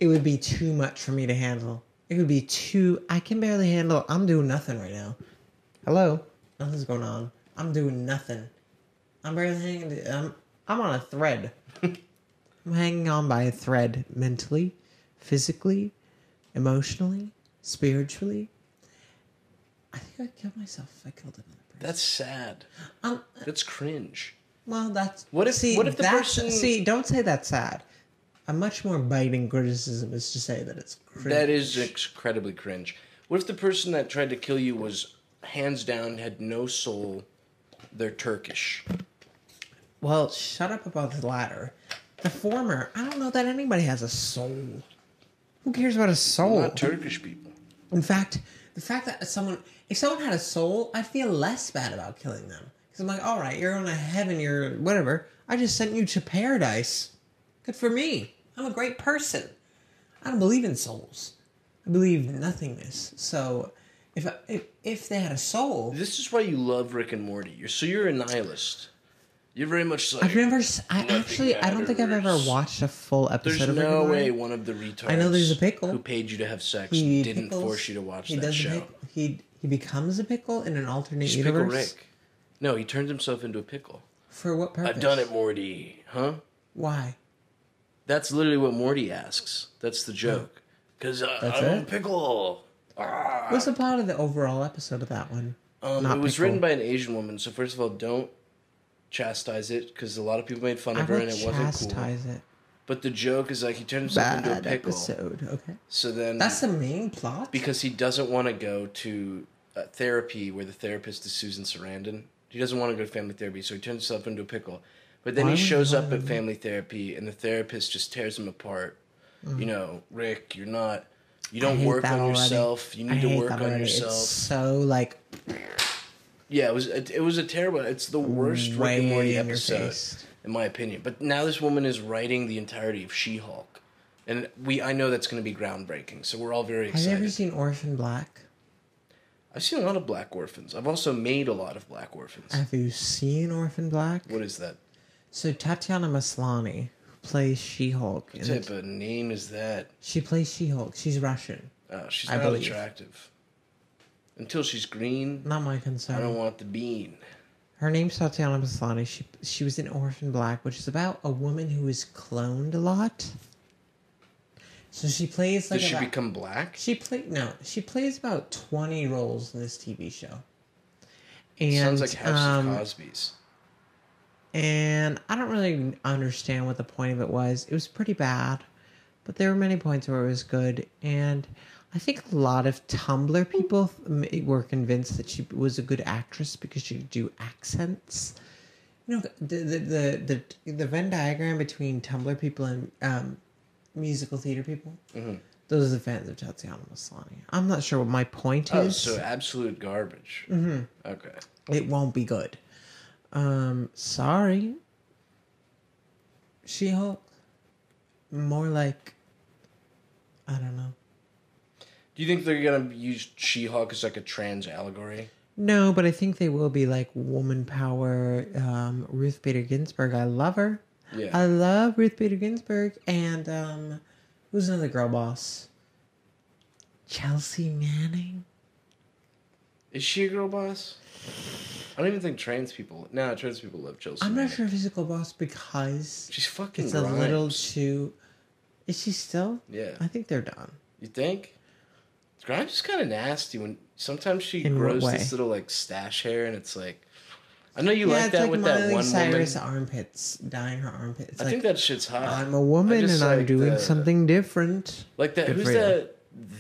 [SPEAKER 2] It would be too much for me to handle. It would be too. I can barely handle. I'm doing nothing right now. Hello, nothing's going on. I'm doing nothing. I'm barely hanging. I'm I'm on a thread. I'm hanging on by a thread mentally, physically, emotionally, spiritually. I think I'd kill myself if I killed another person.
[SPEAKER 1] That's sad.
[SPEAKER 2] Um,
[SPEAKER 1] That's cringe.
[SPEAKER 2] well, that's
[SPEAKER 1] What if-
[SPEAKER 2] see,
[SPEAKER 1] what if the
[SPEAKER 2] that's-
[SPEAKER 1] person-
[SPEAKER 2] see? Don't say that's sad. A much more biting criticism is to say that it's cringe.
[SPEAKER 1] That is incredibly cringe. What if the person that tried to kill you was hands down had no soul? They're Turkish.
[SPEAKER 2] well. Shut up about the latter. The former, I don't know that anybody has a soul. Who cares about a soul?
[SPEAKER 1] Not Turkish people.
[SPEAKER 2] In fact, the fact that someone, if someone had a soul, I'd feel less bad about killing them because I'm like, all right, you're on a heaven, you're whatever. I just sent you to paradise. Good for me. I'm a great person. I don't believe in souls. I believe in nothingness. So, if I- if if they had a soul,
[SPEAKER 1] This is why you love Rick and Morty. You're so you're a nihilist. You're very much like
[SPEAKER 2] I've never. s- I
[SPEAKER 1] Nothing
[SPEAKER 2] actually, I don't think I've ever
[SPEAKER 1] matters.
[SPEAKER 2] watched a full
[SPEAKER 1] there's
[SPEAKER 2] episode. of Rick and
[SPEAKER 1] no
[SPEAKER 2] Morty.
[SPEAKER 1] way one of the retards
[SPEAKER 2] I know there's a pickle.
[SPEAKER 1] who paid you to have sex
[SPEAKER 2] He
[SPEAKER 1] didn't
[SPEAKER 2] pickles.
[SPEAKER 1] force you to watch
[SPEAKER 2] He
[SPEAKER 1] that
[SPEAKER 2] does a
[SPEAKER 1] show.
[SPEAKER 2] pick- he he becomes a pickle in an alternate
[SPEAKER 1] He's Pickle
[SPEAKER 2] universe.
[SPEAKER 1] Rick. No, he turned himself into a pickle.
[SPEAKER 2] For what purpose?
[SPEAKER 1] I've done it, Morty. Huh?
[SPEAKER 2] Why?
[SPEAKER 1] That's literally what Morty asks. That's the joke. Because uh,
[SPEAKER 2] That's
[SPEAKER 1] I'm a
[SPEAKER 2] it?
[SPEAKER 1] pickle. Ah.
[SPEAKER 2] What's the plot of the overall episode of that one?
[SPEAKER 1] Um,
[SPEAKER 2] Not
[SPEAKER 1] it was
[SPEAKER 2] pickle.
[SPEAKER 1] written by an Asian woman, so first of all, don't chastise it because a lot of people made fun
[SPEAKER 2] I
[SPEAKER 1] of her
[SPEAKER 2] would
[SPEAKER 1] and it wasn't cool.
[SPEAKER 2] chastise it.
[SPEAKER 1] But the joke is like he turned himself into a
[SPEAKER 2] Bad
[SPEAKER 1] pickle.
[SPEAKER 2] episode. Okay,
[SPEAKER 1] So then
[SPEAKER 2] that's the main plot.
[SPEAKER 1] because he doesn't want to go to uh, therapy where the therapist is Susan Sarandon. He doesn't want to go to family therapy, so he turns himself into a pickle. But then
[SPEAKER 2] Why
[SPEAKER 1] he
[SPEAKER 2] would he
[SPEAKER 1] shows
[SPEAKER 2] want
[SPEAKER 1] up at family therapy, and the therapist just tears him apart. You know, Rick, you're not, you don't
[SPEAKER 2] Mm-hmm. hate
[SPEAKER 1] work
[SPEAKER 2] that
[SPEAKER 1] on
[SPEAKER 2] already.
[SPEAKER 1] yourself. You
[SPEAKER 2] I
[SPEAKER 1] need to
[SPEAKER 2] hate
[SPEAKER 1] work
[SPEAKER 2] that
[SPEAKER 1] on
[SPEAKER 2] already.
[SPEAKER 1] yourself.
[SPEAKER 2] It's so like
[SPEAKER 1] Yeah, it was it, it was a terrible. It's the worst Rick
[SPEAKER 2] way
[SPEAKER 1] and Morty
[SPEAKER 2] in your
[SPEAKER 1] episode,
[SPEAKER 2] face.
[SPEAKER 1] in my opinion. But now this woman is writing the entirety of She-Hulk, and we I know that's going to be groundbreaking. So we're all very
[SPEAKER 2] Have you
[SPEAKER 1] excited.
[SPEAKER 2] ever seen Orphan Black?
[SPEAKER 1] I've seen a lot of Black Orphans. I've also made a lot of Black Orphans.
[SPEAKER 2] Have you seen Orphan Black?
[SPEAKER 1] What is that?
[SPEAKER 2] So Tatiana Maslany, who plays She-Hulk,
[SPEAKER 1] What
[SPEAKER 2] in-
[SPEAKER 1] type of name is that?
[SPEAKER 2] she plays She-Hulk. She's Russian.
[SPEAKER 1] Oh, she's
[SPEAKER 2] I
[SPEAKER 1] not
[SPEAKER 2] believe.
[SPEAKER 1] attractive. Until she's green,
[SPEAKER 2] Not my
[SPEAKER 1] I
[SPEAKER 2] concern.
[SPEAKER 1] don't want the bean.
[SPEAKER 2] Her name's Tatiana Maslany. She she was in Orphan Black, which is about a woman who is cloned a lot. So she plays like
[SPEAKER 1] Does she
[SPEAKER 2] about-
[SPEAKER 1] become black?
[SPEAKER 2] She played no. She plays about twenty roles in this TV show. And
[SPEAKER 1] Sounds like House
[SPEAKER 2] um,
[SPEAKER 1] of Cosby's.
[SPEAKER 2] and I don't really understand what the point of it was. It was pretty bad, but there were many points where it was good. And I think a lot of Tumblr people th- m- were convinced that she was a good actress because she could do accents. No, the the the the, the Venn diagram between Tumblr people and um, musical theater people.
[SPEAKER 1] Mm-hmm.
[SPEAKER 2] Those are the fans of Tatiana Maslany. I'm not sure what my point
[SPEAKER 1] Oh,
[SPEAKER 2] is.
[SPEAKER 1] so absolute garbage. Mm-hmm. Okay.
[SPEAKER 2] It won't be good. Um, sorry. She Hulk. More like. I don't know.
[SPEAKER 1] Do you think they're gonna use She-Hulk as like a trans allegory?
[SPEAKER 2] No, but I think they will be like woman power. Um, Ruth Bader Ginsburg. I love her.
[SPEAKER 1] Yeah.
[SPEAKER 2] I love Ruth Bader Ginsburg. And um, who's another girl boss? Chelsea Manning.
[SPEAKER 1] Is she a girl boss? I don't even think trans people. No, trans people love Chelsea.
[SPEAKER 2] I'm not
[SPEAKER 1] Manning.
[SPEAKER 2] sure if she's a girl boss because
[SPEAKER 1] She's fucking.
[SPEAKER 2] it's a little
[SPEAKER 1] Grimes.
[SPEAKER 2] too. Is she still?
[SPEAKER 1] Yeah.
[SPEAKER 2] I think they're done.
[SPEAKER 1] You think? Grimes is kind of nasty. When sometimes she
[SPEAKER 2] In what
[SPEAKER 1] grows
[SPEAKER 2] way?
[SPEAKER 1] this little like stash hair, and it's like, I know you
[SPEAKER 2] yeah,
[SPEAKER 1] like
[SPEAKER 2] it's
[SPEAKER 1] that
[SPEAKER 2] like
[SPEAKER 1] with
[SPEAKER 2] Miley
[SPEAKER 1] that one
[SPEAKER 2] Cyrus
[SPEAKER 1] woman.
[SPEAKER 2] armpits, dyeing her armpits.
[SPEAKER 1] I
[SPEAKER 2] like,
[SPEAKER 1] think that shit's hot.
[SPEAKER 2] I'm a woman
[SPEAKER 1] I
[SPEAKER 2] and
[SPEAKER 1] just
[SPEAKER 2] I'm
[SPEAKER 1] like
[SPEAKER 2] doing
[SPEAKER 1] the-
[SPEAKER 2] something different.
[SPEAKER 1] like that.
[SPEAKER 2] Good
[SPEAKER 1] Who's
[SPEAKER 2] for you.
[SPEAKER 1] that?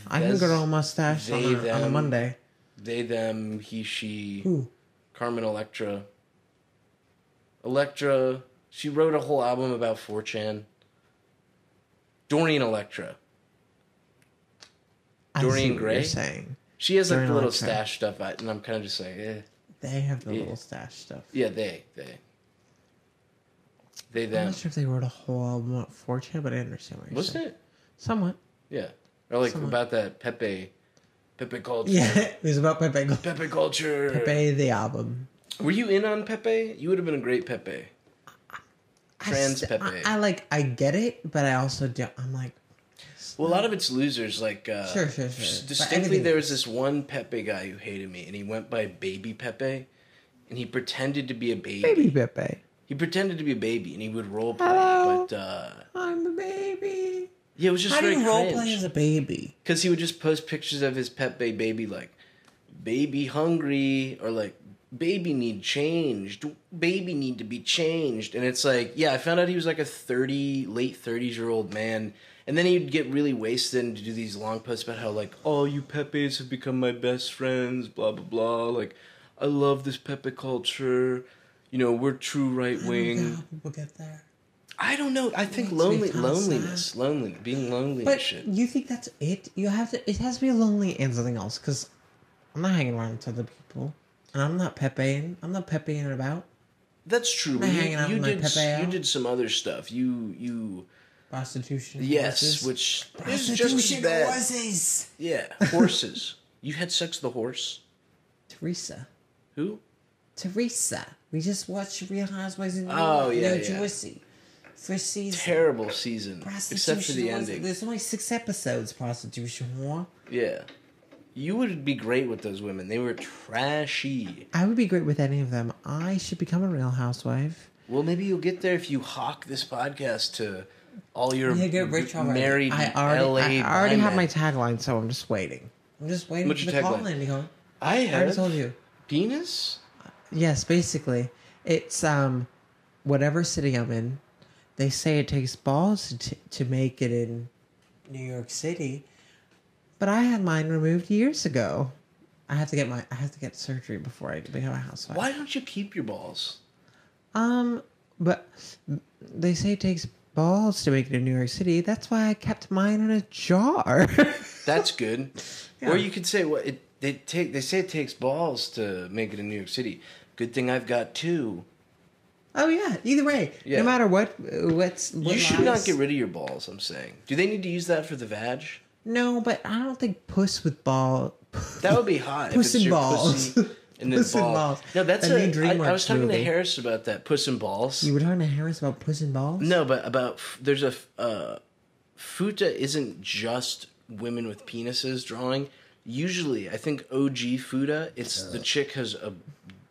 [SPEAKER 2] I can
[SPEAKER 1] That's
[SPEAKER 2] grow a mustache on
[SPEAKER 1] they,
[SPEAKER 2] a, on a
[SPEAKER 1] them.
[SPEAKER 2] Monday.
[SPEAKER 1] They, them, he, she.
[SPEAKER 2] Who?
[SPEAKER 1] Carmen Electra. Electra. She wrote a whole album about 4chan. Dorian Electra.
[SPEAKER 2] I see
[SPEAKER 1] Dorian
[SPEAKER 2] what you're
[SPEAKER 1] Gray?
[SPEAKER 2] saying
[SPEAKER 1] She has like
[SPEAKER 2] Dorian
[SPEAKER 1] the little
[SPEAKER 2] Electra.
[SPEAKER 1] stash stuff, I- and I'm kind of just like, eh.
[SPEAKER 2] they have the
[SPEAKER 1] Yeah.
[SPEAKER 2] little stash stuff.
[SPEAKER 1] yeah, they, they, they,
[SPEAKER 2] I'm
[SPEAKER 1] them,
[SPEAKER 2] not sure if they wrote a whole album on 4chan, but I understand what you're saying.
[SPEAKER 1] wasn't it?
[SPEAKER 2] Somewhat.
[SPEAKER 1] Yeah, or like
[SPEAKER 2] Somewhat.
[SPEAKER 1] about that Pepe, Pepe culture.
[SPEAKER 2] Yeah, it was about Pepe. Gold.
[SPEAKER 1] Pepe culture.
[SPEAKER 2] Pepe the album.
[SPEAKER 1] Were you in on Pepe? You would have been a great Pepe.
[SPEAKER 2] I
[SPEAKER 1] Trans
[SPEAKER 2] st-
[SPEAKER 1] Pepe.
[SPEAKER 2] I, I like. I get it, but I also do. I'm like,
[SPEAKER 1] Well, a lot of it's losers. Like, uh,
[SPEAKER 2] Sure, sure, sure.
[SPEAKER 1] s-
[SPEAKER 2] But
[SPEAKER 1] Distinctly,
[SPEAKER 2] everything
[SPEAKER 1] there was this one Pepe guy who hated me, and he went by Baby Pepe, and he pretended to be a baby.
[SPEAKER 2] baby Pepe.
[SPEAKER 1] He pretended to be a baby, and he would role play.
[SPEAKER 2] Hello?
[SPEAKER 1] But uh,
[SPEAKER 2] I'm a baby.
[SPEAKER 1] yeah, it was just
[SPEAKER 2] How do
[SPEAKER 1] very
[SPEAKER 2] you role play as
[SPEAKER 1] cringe.
[SPEAKER 2] a baby?
[SPEAKER 1] Because he would just post pictures of his Pepe baby, like baby hungry, or like baby need changed, baby need to be changed, and it's like, yeah, I found out he was like a thirty, late thirties year old man. And then he'd get really wasted and do these long posts about how like, oh, you Pepes have become my best friends, blah blah blah. Like, I love this Pepe culture. You know, we're true right
[SPEAKER 2] I don't know
[SPEAKER 1] wing.
[SPEAKER 2] how people get there.
[SPEAKER 1] I don't know. I think
[SPEAKER 2] Makes me
[SPEAKER 1] lonely,
[SPEAKER 2] kinda
[SPEAKER 1] loneliness, lonely, being lonely
[SPEAKER 2] But
[SPEAKER 1] and shit.
[SPEAKER 2] you think that's it? You have to. It has to be lonely and something else. Because I'm not hanging around with other people, and I'm not Pepe. and I'm not Pepe and about.
[SPEAKER 1] That's true.
[SPEAKER 2] Not
[SPEAKER 1] but You,
[SPEAKER 2] hanging out
[SPEAKER 1] you
[SPEAKER 2] with my
[SPEAKER 1] did. s-
[SPEAKER 2] Pepe
[SPEAKER 1] You
[SPEAKER 2] out.
[SPEAKER 1] did some other stuff. You you
[SPEAKER 2] Prostitution.
[SPEAKER 1] yes,
[SPEAKER 2] horses.
[SPEAKER 1] which is just as
[SPEAKER 2] prostitution
[SPEAKER 1] bad.
[SPEAKER 2] horses.
[SPEAKER 1] Yeah, horses. you had sex with a horse.
[SPEAKER 2] Teresa.
[SPEAKER 1] Who?
[SPEAKER 2] Teresa. We just watched Real Housewives of New,
[SPEAKER 1] Oh, yeah,
[SPEAKER 2] New
[SPEAKER 1] yeah.
[SPEAKER 2] Jersey. For season.
[SPEAKER 1] Terrible season, except for
[SPEAKER 2] Prostitution
[SPEAKER 1] the
[SPEAKER 2] was-
[SPEAKER 1] ending.
[SPEAKER 2] There's only six episodes, prostitution whore.
[SPEAKER 1] Yeah, you would be great with those women. They were trashy.
[SPEAKER 2] I would be great with any of them. I should become a real housewife.
[SPEAKER 1] Well, maybe you'll get there if you hawk this podcast to all your
[SPEAKER 2] Yeah, get rich already.
[SPEAKER 1] married
[SPEAKER 2] I already,
[SPEAKER 1] LA.
[SPEAKER 2] I already
[SPEAKER 1] bi
[SPEAKER 2] have my
[SPEAKER 1] men.
[SPEAKER 2] tagline, so I'm just waiting. I'm just waiting
[SPEAKER 1] What's
[SPEAKER 2] for
[SPEAKER 1] your
[SPEAKER 2] the call
[SPEAKER 1] tagline?
[SPEAKER 2] in to go.
[SPEAKER 1] I
[SPEAKER 2] I already told
[SPEAKER 1] have
[SPEAKER 2] you.
[SPEAKER 1] penis.
[SPEAKER 2] Yes, basically. It's um whatever city I'm in. They say it takes balls to, to make it in New York City. But I had mine removed years ago. I have to get my I have to get surgery before I become a housewife.
[SPEAKER 1] Why don't you keep your balls?
[SPEAKER 2] Um but they say it takes balls to make it in New York City. That's why I kept mine in a jar.
[SPEAKER 1] That's good.
[SPEAKER 2] Yeah.
[SPEAKER 1] Or you could say what it they take they say it takes balls to make it in New York City. Good thing I've got two.
[SPEAKER 2] oh yeah, either way.
[SPEAKER 1] Yeah.
[SPEAKER 2] No matter what what's what
[SPEAKER 1] you should not
[SPEAKER 2] lies-
[SPEAKER 1] get rid of your balls, I'm saying. Do they need to use that for the vag?
[SPEAKER 2] No, but I don't think puss with ball
[SPEAKER 1] That would be hot. if
[SPEAKER 2] Puss
[SPEAKER 1] it's
[SPEAKER 2] in
[SPEAKER 1] your
[SPEAKER 2] balls.
[SPEAKER 1] pussy And then
[SPEAKER 2] Puss in
[SPEAKER 1] ball.
[SPEAKER 2] balls.
[SPEAKER 1] No, that's
[SPEAKER 2] The
[SPEAKER 1] a. I,
[SPEAKER 2] new
[SPEAKER 1] I was
[SPEAKER 2] DreamWorks
[SPEAKER 1] talking
[SPEAKER 2] movie.
[SPEAKER 1] to Harris about that. Puss in balls.
[SPEAKER 2] You were talking to Harris about Puss in Balls?
[SPEAKER 1] No, but about f- there's a f- uh, futa isn't just women with penises drawing. Usually, I think OG futa, it's the chick has a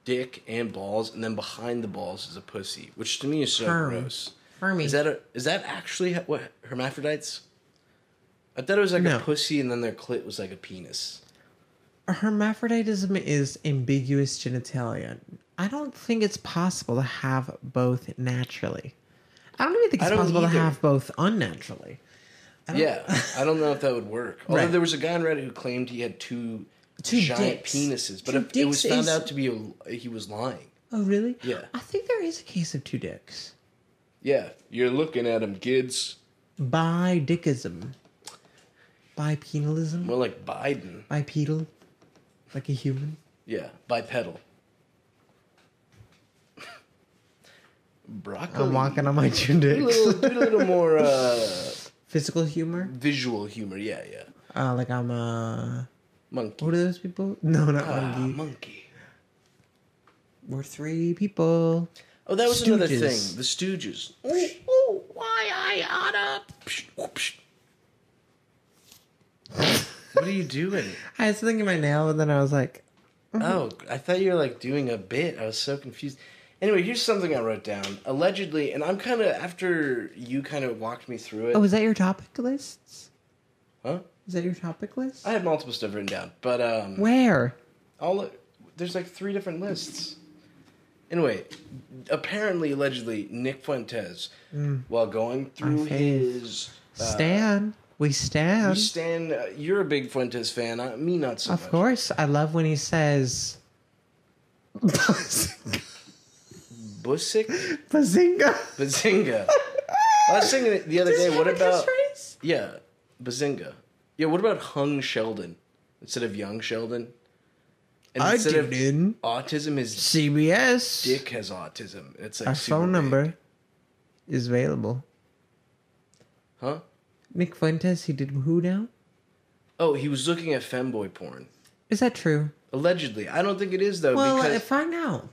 [SPEAKER 1] dick and balls, and then behind the balls is a pussy, which to me is so
[SPEAKER 2] Herm.
[SPEAKER 1] gross.
[SPEAKER 2] Hermy.
[SPEAKER 1] Is that a, is that actually ha- what hermaphrodites? I thought it was like
[SPEAKER 2] No.
[SPEAKER 1] a pussy, and then their clit was like a penis.
[SPEAKER 2] hermaphroditism is ambiguous genitalia. I don't think it's possible to have both naturally. I don't even think
[SPEAKER 1] I
[SPEAKER 2] it's
[SPEAKER 1] don't
[SPEAKER 2] possible
[SPEAKER 1] either.
[SPEAKER 2] to have both unnaturally.
[SPEAKER 1] yeah, I don't know if that would work. Although
[SPEAKER 2] Right.
[SPEAKER 1] there was a guy on Reddit who claimed he had two,
[SPEAKER 2] Two
[SPEAKER 1] giant
[SPEAKER 2] dicks.
[SPEAKER 1] penises, but
[SPEAKER 2] Two
[SPEAKER 1] if it was
[SPEAKER 2] dicks
[SPEAKER 1] found
[SPEAKER 2] is-
[SPEAKER 1] out to be a, he was lying.
[SPEAKER 2] Oh, really?
[SPEAKER 1] Yeah.
[SPEAKER 2] I think there is a case of two dicks.
[SPEAKER 1] Yeah, you're looking at him, kids.
[SPEAKER 2] Bidickism. Bipedalism.
[SPEAKER 1] More like Biden.
[SPEAKER 2] Bipedal. Like a human.
[SPEAKER 1] Yeah, bipedal. Broccoli.
[SPEAKER 2] I'm walking on my two
[SPEAKER 1] Do a
[SPEAKER 2] dicks.
[SPEAKER 1] little, do a little more uh,
[SPEAKER 2] Physical humor.
[SPEAKER 1] visual humor. Yeah, yeah.
[SPEAKER 2] Uh, like I'm a.
[SPEAKER 1] Monkey.
[SPEAKER 2] What are those people? No, not
[SPEAKER 1] Ah,
[SPEAKER 2] monkey.
[SPEAKER 1] monkey.
[SPEAKER 2] We're three people.
[SPEAKER 1] Oh, that was another thing.
[SPEAKER 2] Stooges.
[SPEAKER 1] The Stooges.
[SPEAKER 2] Oh, why I ought up?
[SPEAKER 1] What are you doing?
[SPEAKER 2] I was thinking my nail, and then I was like, Mm-hmm.
[SPEAKER 1] Oh, I thought you were like doing a bit. I was so confused. Anyway, here's something I wrote down. Allegedly, and I'm kind of after you kind of walked me through it.
[SPEAKER 2] "Oh, is that your topic lists?
[SPEAKER 1] huh?
[SPEAKER 2] Is that your topic list?
[SPEAKER 1] I had multiple stuff written down, but um,
[SPEAKER 2] Where?
[SPEAKER 1] all there's like three different lists. Anyway, apparently, allegedly, Nick Fuentes,
[SPEAKER 2] Mm.
[SPEAKER 1] while going through
[SPEAKER 2] My fave.
[SPEAKER 1] his uh,
[SPEAKER 2] Stan. We
[SPEAKER 1] you
[SPEAKER 2] stand.
[SPEAKER 1] Stan, uh, you're a big Fuentes fan. I, me, not so
[SPEAKER 2] Um, Of
[SPEAKER 1] much.
[SPEAKER 2] course, I love when he says,
[SPEAKER 1] Busick,
[SPEAKER 2] "Bazinga!"
[SPEAKER 1] Bazinga. I was thinking it the other
[SPEAKER 2] Does
[SPEAKER 1] day.
[SPEAKER 2] he
[SPEAKER 1] What
[SPEAKER 2] have a
[SPEAKER 1] about?
[SPEAKER 2] catchphrase?
[SPEAKER 1] Yeah, Bazinga. Yeah, what about Hung Sheldon instead of Young Sheldon? And
[SPEAKER 2] I
[SPEAKER 1] instead
[SPEAKER 2] didn't.
[SPEAKER 1] of autism, his
[SPEAKER 2] CBS?
[SPEAKER 1] dick has autism. It's like
[SPEAKER 2] Our
[SPEAKER 1] super
[SPEAKER 2] phone
[SPEAKER 1] big.
[SPEAKER 2] number is available.
[SPEAKER 1] huh?
[SPEAKER 2] Nick Fuentes, he did who now?
[SPEAKER 1] Oh, he was looking at femboy porn.
[SPEAKER 2] Is that true?
[SPEAKER 1] Allegedly, I don't think it is though
[SPEAKER 2] Well,
[SPEAKER 1] because
[SPEAKER 2] if find out.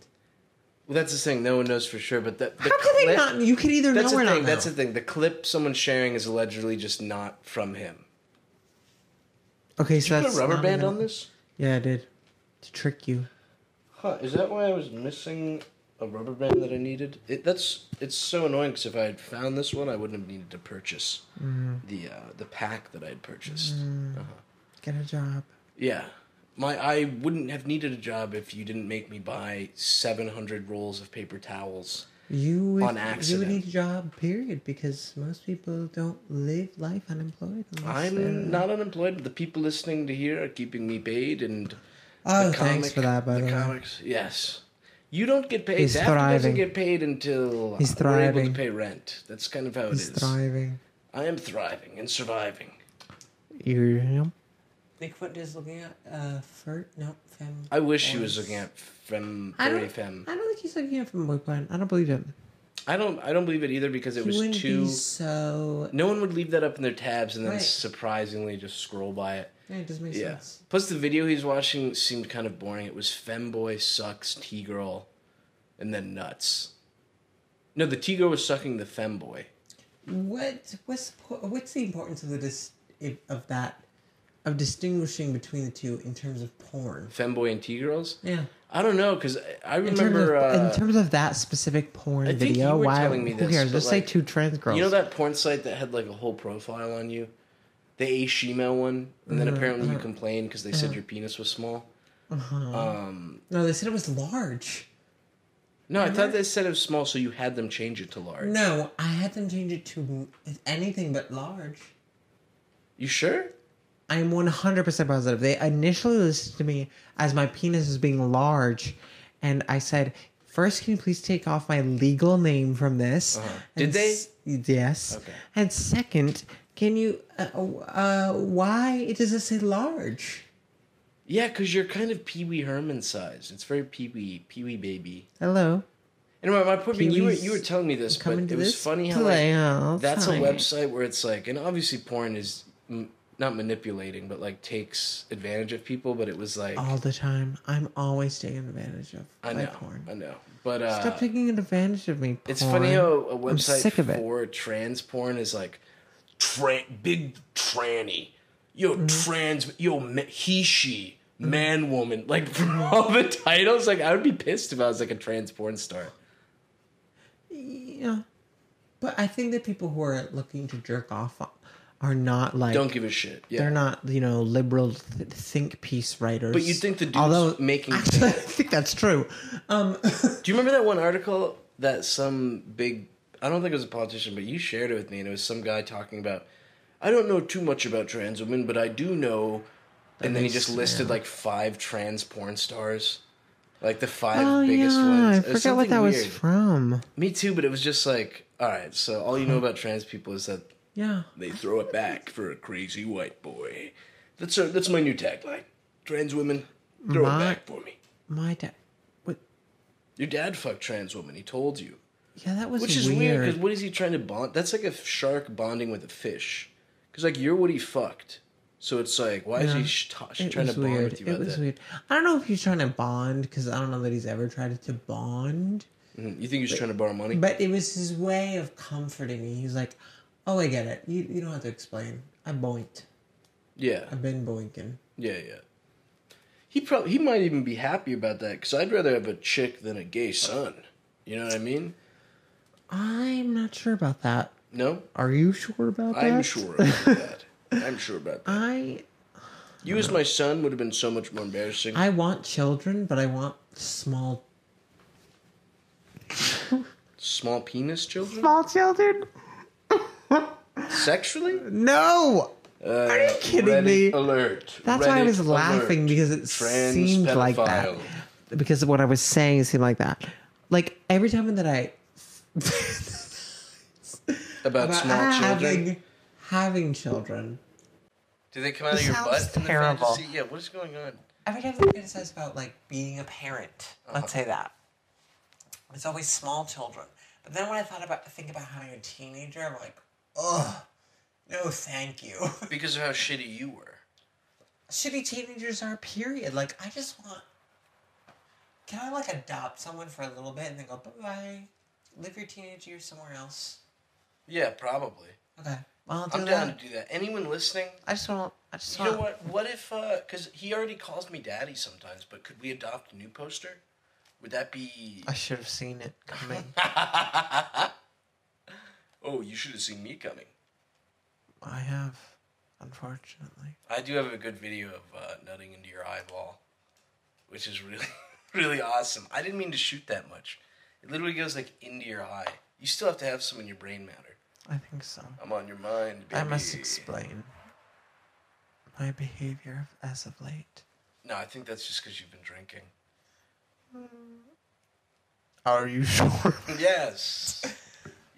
[SPEAKER 1] well, that's the thing. No one knows for sure, but that the
[SPEAKER 2] How could they
[SPEAKER 1] clip-
[SPEAKER 2] not? You could either
[SPEAKER 1] That's
[SPEAKER 2] know
[SPEAKER 1] the
[SPEAKER 2] or
[SPEAKER 1] thing.
[SPEAKER 2] not.
[SPEAKER 1] That's the
[SPEAKER 2] know.
[SPEAKER 1] thing. The clip someone's sharing is allegedly just not from him.
[SPEAKER 2] okay,
[SPEAKER 1] Did
[SPEAKER 2] so
[SPEAKER 1] you put
[SPEAKER 2] that's
[SPEAKER 1] a rubber
[SPEAKER 2] not
[SPEAKER 1] band
[SPEAKER 2] enough.
[SPEAKER 1] on this?
[SPEAKER 2] Yeah, I did to trick you.
[SPEAKER 1] Huh? Is that why I was missing a rubber band that I needed? It, that's it's so annoying because if I had found this one, I wouldn't have needed to purchase
[SPEAKER 2] Mm-hmm.
[SPEAKER 1] the uh, the pack that I had purchased.
[SPEAKER 2] Mm.
[SPEAKER 1] Uh-huh.
[SPEAKER 2] Get a job.
[SPEAKER 1] Yeah, my I wouldn't have needed a job if you didn't make me buy seven hundred rolls of paper towels.
[SPEAKER 2] You would,
[SPEAKER 1] On
[SPEAKER 2] You
[SPEAKER 1] accident.
[SPEAKER 2] would need a job, period, because most people don't live life unemployed. unless they're-
[SPEAKER 1] I'm not unemployed. The people listening to here are keeping me paid, and
[SPEAKER 2] Oh,
[SPEAKER 1] the
[SPEAKER 2] thanks
[SPEAKER 1] comic-
[SPEAKER 2] for that, by the, way.
[SPEAKER 1] comics, yes. You don't get paid.
[SPEAKER 2] He's
[SPEAKER 1] Daphne doesn't
[SPEAKER 2] thriving.
[SPEAKER 1] get paid until
[SPEAKER 2] He's
[SPEAKER 1] we're able
[SPEAKER 2] thriving.
[SPEAKER 1] to pay rent. That's kind of how it
[SPEAKER 2] He's
[SPEAKER 1] is.
[SPEAKER 2] thriving.
[SPEAKER 1] I am thriving and surviving.
[SPEAKER 2] You Nick Foot is looking at uh, Fert. No, Fem.
[SPEAKER 1] I wish he was looking at fem,
[SPEAKER 2] I
[SPEAKER 1] very
[SPEAKER 2] don't.
[SPEAKER 1] fem.
[SPEAKER 2] I don't think he's looking at Femboy Plan. I don't believe him.
[SPEAKER 1] I don't. I don't believe it either because it
[SPEAKER 2] He
[SPEAKER 1] was
[SPEAKER 2] wouldn't
[SPEAKER 1] too.
[SPEAKER 2] be so.
[SPEAKER 1] No one would leave that up in their tabs and then
[SPEAKER 2] Right.
[SPEAKER 1] surprisingly just scroll by it.
[SPEAKER 2] Yeah, it doesn't make
[SPEAKER 1] Yeah.
[SPEAKER 2] sense.
[SPEAKER 1] Plus, the video he's watching seemed kind of boring. It was femboy sucks t girl, and then nuts. No, the t girl was sucking the femboy.
[SPEAKER 2] What what's po- what's the importance of the dis- of that of distinguishing between the two in terms of porn?
[SPEAKER 1] Femboy and t girls.
[SPEAKER 2] Yeah.
[SPEAKER 1] I don't know because I
[SPEAKER 2] In terms,
[SPEAKER 1] remember.
[SPEAKER 2] of,
[SPEAKER 1] uh,
[SPEAKER 2] in terms of that specific porn
[SPEAKER 1] I think
[SPEAKER 2] video,
[SPEAKER 1] you were
[SPEAKER 2] why?
[SPEAKER 1] telling me
[SPEAKER 2] who
[SPEAKER 1] this,
[SPEAKER 2] cares?
[SPEAKER 1] but,
[SPEAKER 2] Just
[SPEAKER 1] like,
[SPEAKER 2] say two trans girls.
[SPEAKER 1] You know that porn site that had like a whole profile on you? The A Shemale one? And
[SPEAKER 2] Mm-hmm.
[SPEAKER 1] then apparently you complained because they said your penis was small? Um,
[SPEAKER 2] No, they said it was large.
[SPEAKER 1] no,
[SPEAKER 2] Mm-hmm.
[SPEAKER 1] I thought they said it was small, so you had them change it to large.
[SPEAKER 2] No, I had them change it to anything but large.
[SPEAKER 1] You sure?
[SPEAKER 2] I am one hundred percent positive. They initially listened to me as my penis as being large, and I said, first, can you please take off my legal name from this?"
[SPEAKER 1] Uh-huh. Did
[SPEAKER 2] And
[SPEAKER 1] they?
[SPEAKER 2] s- yes.
[SPEAKER 1] Okay.
[SPEAKER 2] And second, can you? Uh, uh, why it does it say large?
[SPEAKER 1] Yeah, because you're kind of Pee Wee Herman size. It's very Pee Wee, Pee Wee baby.
[SPEAKER 2] Hello.
[SPEAKER 1] Anyway, my point being, you were,
[SPEAKER 2] Pee-wee's
[SPEAKER 1] you were telling me this, but
[SPEAKER 2] coming
[SPEAKER 1] it
[SPEAKER 2] to
[SPEAKER 1] was
[SPEAKER 2] this
[SPEAKER 1] funny how
[SPEAKER 2] play Oh,
[SPEAKER 1] like,
[SPEAKER 2] outside.
[SPEAKER 1] that's a website where it's like, and obviously porn is m- not manipulating, but like takes advantage of people. But it was like,
[SPEAKER 2] All the time. I'm always taking advantage of
[SPEAKER 1] I
[SPEAKER 2] my
[SPEAKER 1] know,
[SPEAKER 2] porn.
[SPEAKER 1] I know. But uh,
[SPEAKER 2] Stop taking advantage of me. Porn.
[SPEAKER 1] It's funny how a
[SPEAKER 2] I'm
[SPEAKER 1] website
[SPEAKER 2] sick of it.
[SPEAKER 1] for trans porn is like, tra- big tranny, yo
[SPEAKER 2] Mm-hmm.
[SPEAKER 1] trans, yo ma- he she man woman. Like from all the titles, like I would be pissed if I was like a trans porn star.
[SPEAKER 2] Yeah. But I think that people who are looking to jerk off are not like
[SPEAKER 1] Don't give a shit. Yeah,
[SPEAKER 2] they're not you know liberal th- think piece writers.
[SPEAKER 1] But you think the dude's making-
[SPEAKER 2] actually I think that's true. Um,
[SPEAKER 1] Do you remember that one article that some big I don't think it was a politician, but you shared it with me and it was some guy talking about I don't know too much about trans women, but I do know and then he
[SPEAKER 2] makes-
[SPEAKER 1] just listed like five trans porn stars. Like the five
[SPEAKER 2] Oh
[SPEAKER 1] biggest
[SPEAKER 2] yeah,
[SPEAKER 1] ones.
[SPEAKER 2] I
[SPEAKER 1] It was
[SPEAKER 2] forgot what
[SPEAKER 1] something
[SPEAKER 2] that was
[SPEAKER 1] weird.
[SPEAKER 2] from.
[SPEAKER 1] Me too, but it was just like, all right, so all you know about trans people is that
[SPEAKER 2] Yeah.
[SPEAKER 1] they throw it back for a crazy white boy. That's a, that's my new tagline. Trans women throw
[SPEAKER 2] My-
[SPEAKER 1] it back for me.
[SPEAKER 2] My dad. What?
[SPEAKER 1] Your dad fucked trans women. He told you,
[SPEAKER 2] Yeah, that was
[SPEAKER 1] which is weird because what is he trying to bond? That's like a shark bonding with a fish. Because like you're what he fucked, so it's like why is he
[SPEAKER 2] Yeah.
[SPEAKER 1] sh- ta- sh-
[SPEAKER 2] it
[SPEAKER 1] trying
[SPEAKER 2] was
[SPEAKER 1] to bond
[SPEAKER 2] weird.
[SPEAKER 1] with you
[SPEAKER 2] it
[SPEAKER 1] about
[SPEAKER 2] was
[SPEAKER 1] that?
[SPEAKER 2] weird. I don't know if he's trying to bond because I don't know that he's ever tried to bond.
[SPEAKER 1] Mhm. You think he's trying to borrow money?
[SPEAKER 2] But it was his way of comforting me. He's like, "Oh, I get it. You, you don't have to explain. I boinked.
[SPEAKER 1] yeah,
[SPEAKER 2] I've been boinking."
[SPEAKER 1] yeah, yeah. He probably he might even be happy about that because I'd rather have a chick than a gay son. You know what I mean?
[SPEAKER 2] I'm not sure about that.
[SPEAKER 1] No,
[SPEAKER 2] Are you sure about that?
[SPEAKER 1] I'm sure about that. I'm sure about that.
[SPEAKER 2] I
[SPEAKER 1] You as my son would have been so much more embarrassing.
[SPEAKER 2] I want children, but I want small
[SPEAKER 1] Small penis children?
[SPEAKER 2] small children.
[SPEAKER 1] Sexually?
[SPEAKER 2] No.
[SPEAKER 1] Are
[SPEAKER 2] you kidding me?
[SPEAKER 1] Uh, Alert.
[SPEAKER 2] That's why I
[SPEAKER 1] Reddit
[SPEAKER 2] was laughing
[SPEAKER 1] alert.
[SPEAKER 2] because it
[SPEAKER 1] Trans
[SPEAKER 2] seemed like that.
[SPEAKER 1] pedophile.
[SPEAKER 2] Because what I was saying seemed like that. Like every time that I
[SPEAKER 1] About,
[SPEAKER 2] about
[SPEAKER 1] small
[SPEAKER 2] having
[SPEAKER 1] children.
[SPEAKER 2] having children.
[SPEAKER 1] Do they come out of your
[SPEAKER 2] Sounds
[SPEAKER 1] butt? in the
[SPEAKER 2] terrible.
[SPEAKER 1] fantasy? Yeah, what is going on?
[SPEAKER 2] Every time I fantasize about like being a parent,
[SPEAKER 1] Uh-huh.
[SPEAKER 2] let's say that. It's always small children. But then when I thought about think about having a teenager, I'm like, ugh, no, thank you.
[SPEAKER 1] Because of how shitty you were.
[SPEAKER 2] Shitty teenagers are period. Like I just want. Can I like adopt someone for a little bit and then go bye bye, live your teenage years somewhere else?
[SPEAKER 1] Yeah, probably.
[SPEAKER 2] Okay, well I'll do
[SPEAKER 1] I'm
[SPEAKER 2] that.
[SPEAKER 1] down to do that. Anyone listening?
[SPEAKER 2] I just want. I just
[SPEAKER 1] You
[SPEAKER 2] want.
[SPEAKER 1] know what? What if, uh, because he already calls me daddy sometimes, but could we adopt a new poster? Would that be.
[SPEAKER 2] I should have seen it coming.
[SPEAKER 1] Oh, you should have seen me coming.
[SPEAKER 2] I have, unfortunately.
[SPEAKER 1] I do have a good video of uh, nutting into your eyeball, which is really, really awesome. I didn't mean to shoot that much. It literally goes like into your eye. You still have to have some in your brain matter.
[SPEAKER 2] I think so.
[SPEAKER 1] I'm on your mind, baby.
[SPEAKER 2] I must explain my behavior as of late.
[SPEAKER 1] No, I think that's just because you've been drinking.
[SPEAKER 2] Are you sure?
[SPEAKER 1] Yes.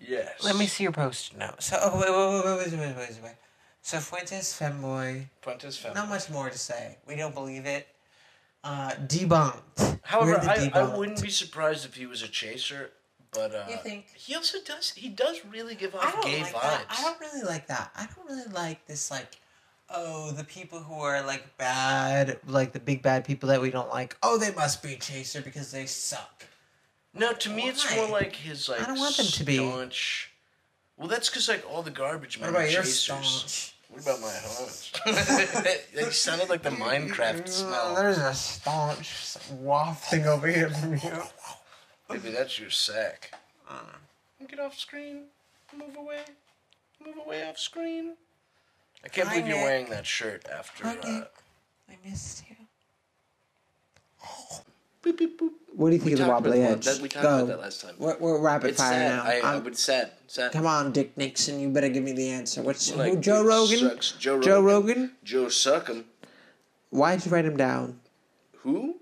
[SPEAKER 1] Yes.
[SPEAKER 2] Let me see your post note. So, oh, wait, wait, wait, wait, wait, wait, wait. So Fuentes femboy.
[SPEAKER 1] Fuentes Femme.
[SPEAKER 2] Not much more to say. We don't believe it. Uh, debunked.
[SPEAKER 1] However,
[SPEAKER 2] We're the
[SPEAKER 1] I, I
[SPEAKER 2] debunked.
[SPEAKER 1] wouldn't be surprised if he was a chaser, but uh,
[SPEAKER 2] You think-
[SPEAKER 1] he also does he does really give
[SPEAKER 2] I
[SPEAKER 1] off
[SPEAKER 2] don't
[SPEAKER 1] gay
[SPEAKER 2] like
[SPEAKER 1] vibes.
[SPEAKER 2] that. I don't really like that. I don't really like this. Like, oh, the people who are like bad, like the big bad people that we don't like. Oh, they must be chaser because they suck.
[SPEAKER 1] No, to me, it's
[SPEAKER 2] Why?
[SPEAKER 1] more like his like.
[SPEAKER 2] I don't want them to be.
[SPEAKER 1] staunch- Well, that's because like all the garbage men
[SPEAKER 2] What about
[SPEAKER 1] are
[SPEAKER 2] your
[SPEAKER 1] chasers.
[SPEAKER 2] staunch?
[SPEAKER 1] What about my haunts? they sounded like the Minecraft
[SPEAKER 2] Oh,
[SPEAKER 1] smell.
[SPEAKER 2] there's a staunch wafting over here from you.
[SPEAKER 1] Maybe that's your sack. Get off screen. Move away. Move away off screen. I can't
[SPEAKER 2] Hi,
[SPEAKER 1] believe you're
[SPEAKER 2] Nick.
[SPEAKER 1] wearing that shirt after. Uh,
[SPEAKER 2] I missed you.
[SPEAKER 1] boop, boop, boop.
[SPEAKER 2] What do you think
[SPEAKER 1] We
[SPEAKER 2] of the
[SPEAKER 1] talked
[SPEAKER 2] wobbly
[SPEAKER 1] about
[SPEAKER 2] edge?
[SPEAKER 1] that- we talked
[SPEAKER 2] Go.
[SPEAKER 1] about that last time.
[SPEAKER 2] We're, we're rapid
[SPEAKER 1] It's
[SPEAKER 2] fire
[SPEAKER 1] sad.
[SPEAKER 2] now.
[SPEAKER 1] I, I
[SPEAKER 2] I'm-
[SPEAKER 1] would sad. Sad.
[SPEAKER 2] Come on, Dick Nixon, you better give me the answer. What's
[SPEAKER 1] Like,
[SPEAKER 2] who, Joe
[SPEAKER 1] it
[SPEAKER 2] Rogan?
[SPEAKER 1] sucks. Joe Rogan.
[SPEAKER 2] Joe Rogan?
[SPEAKER 1] Joe Suckum.
[SPEAKER 2] Why'd you write him down?
[SPEAKER 1] Who?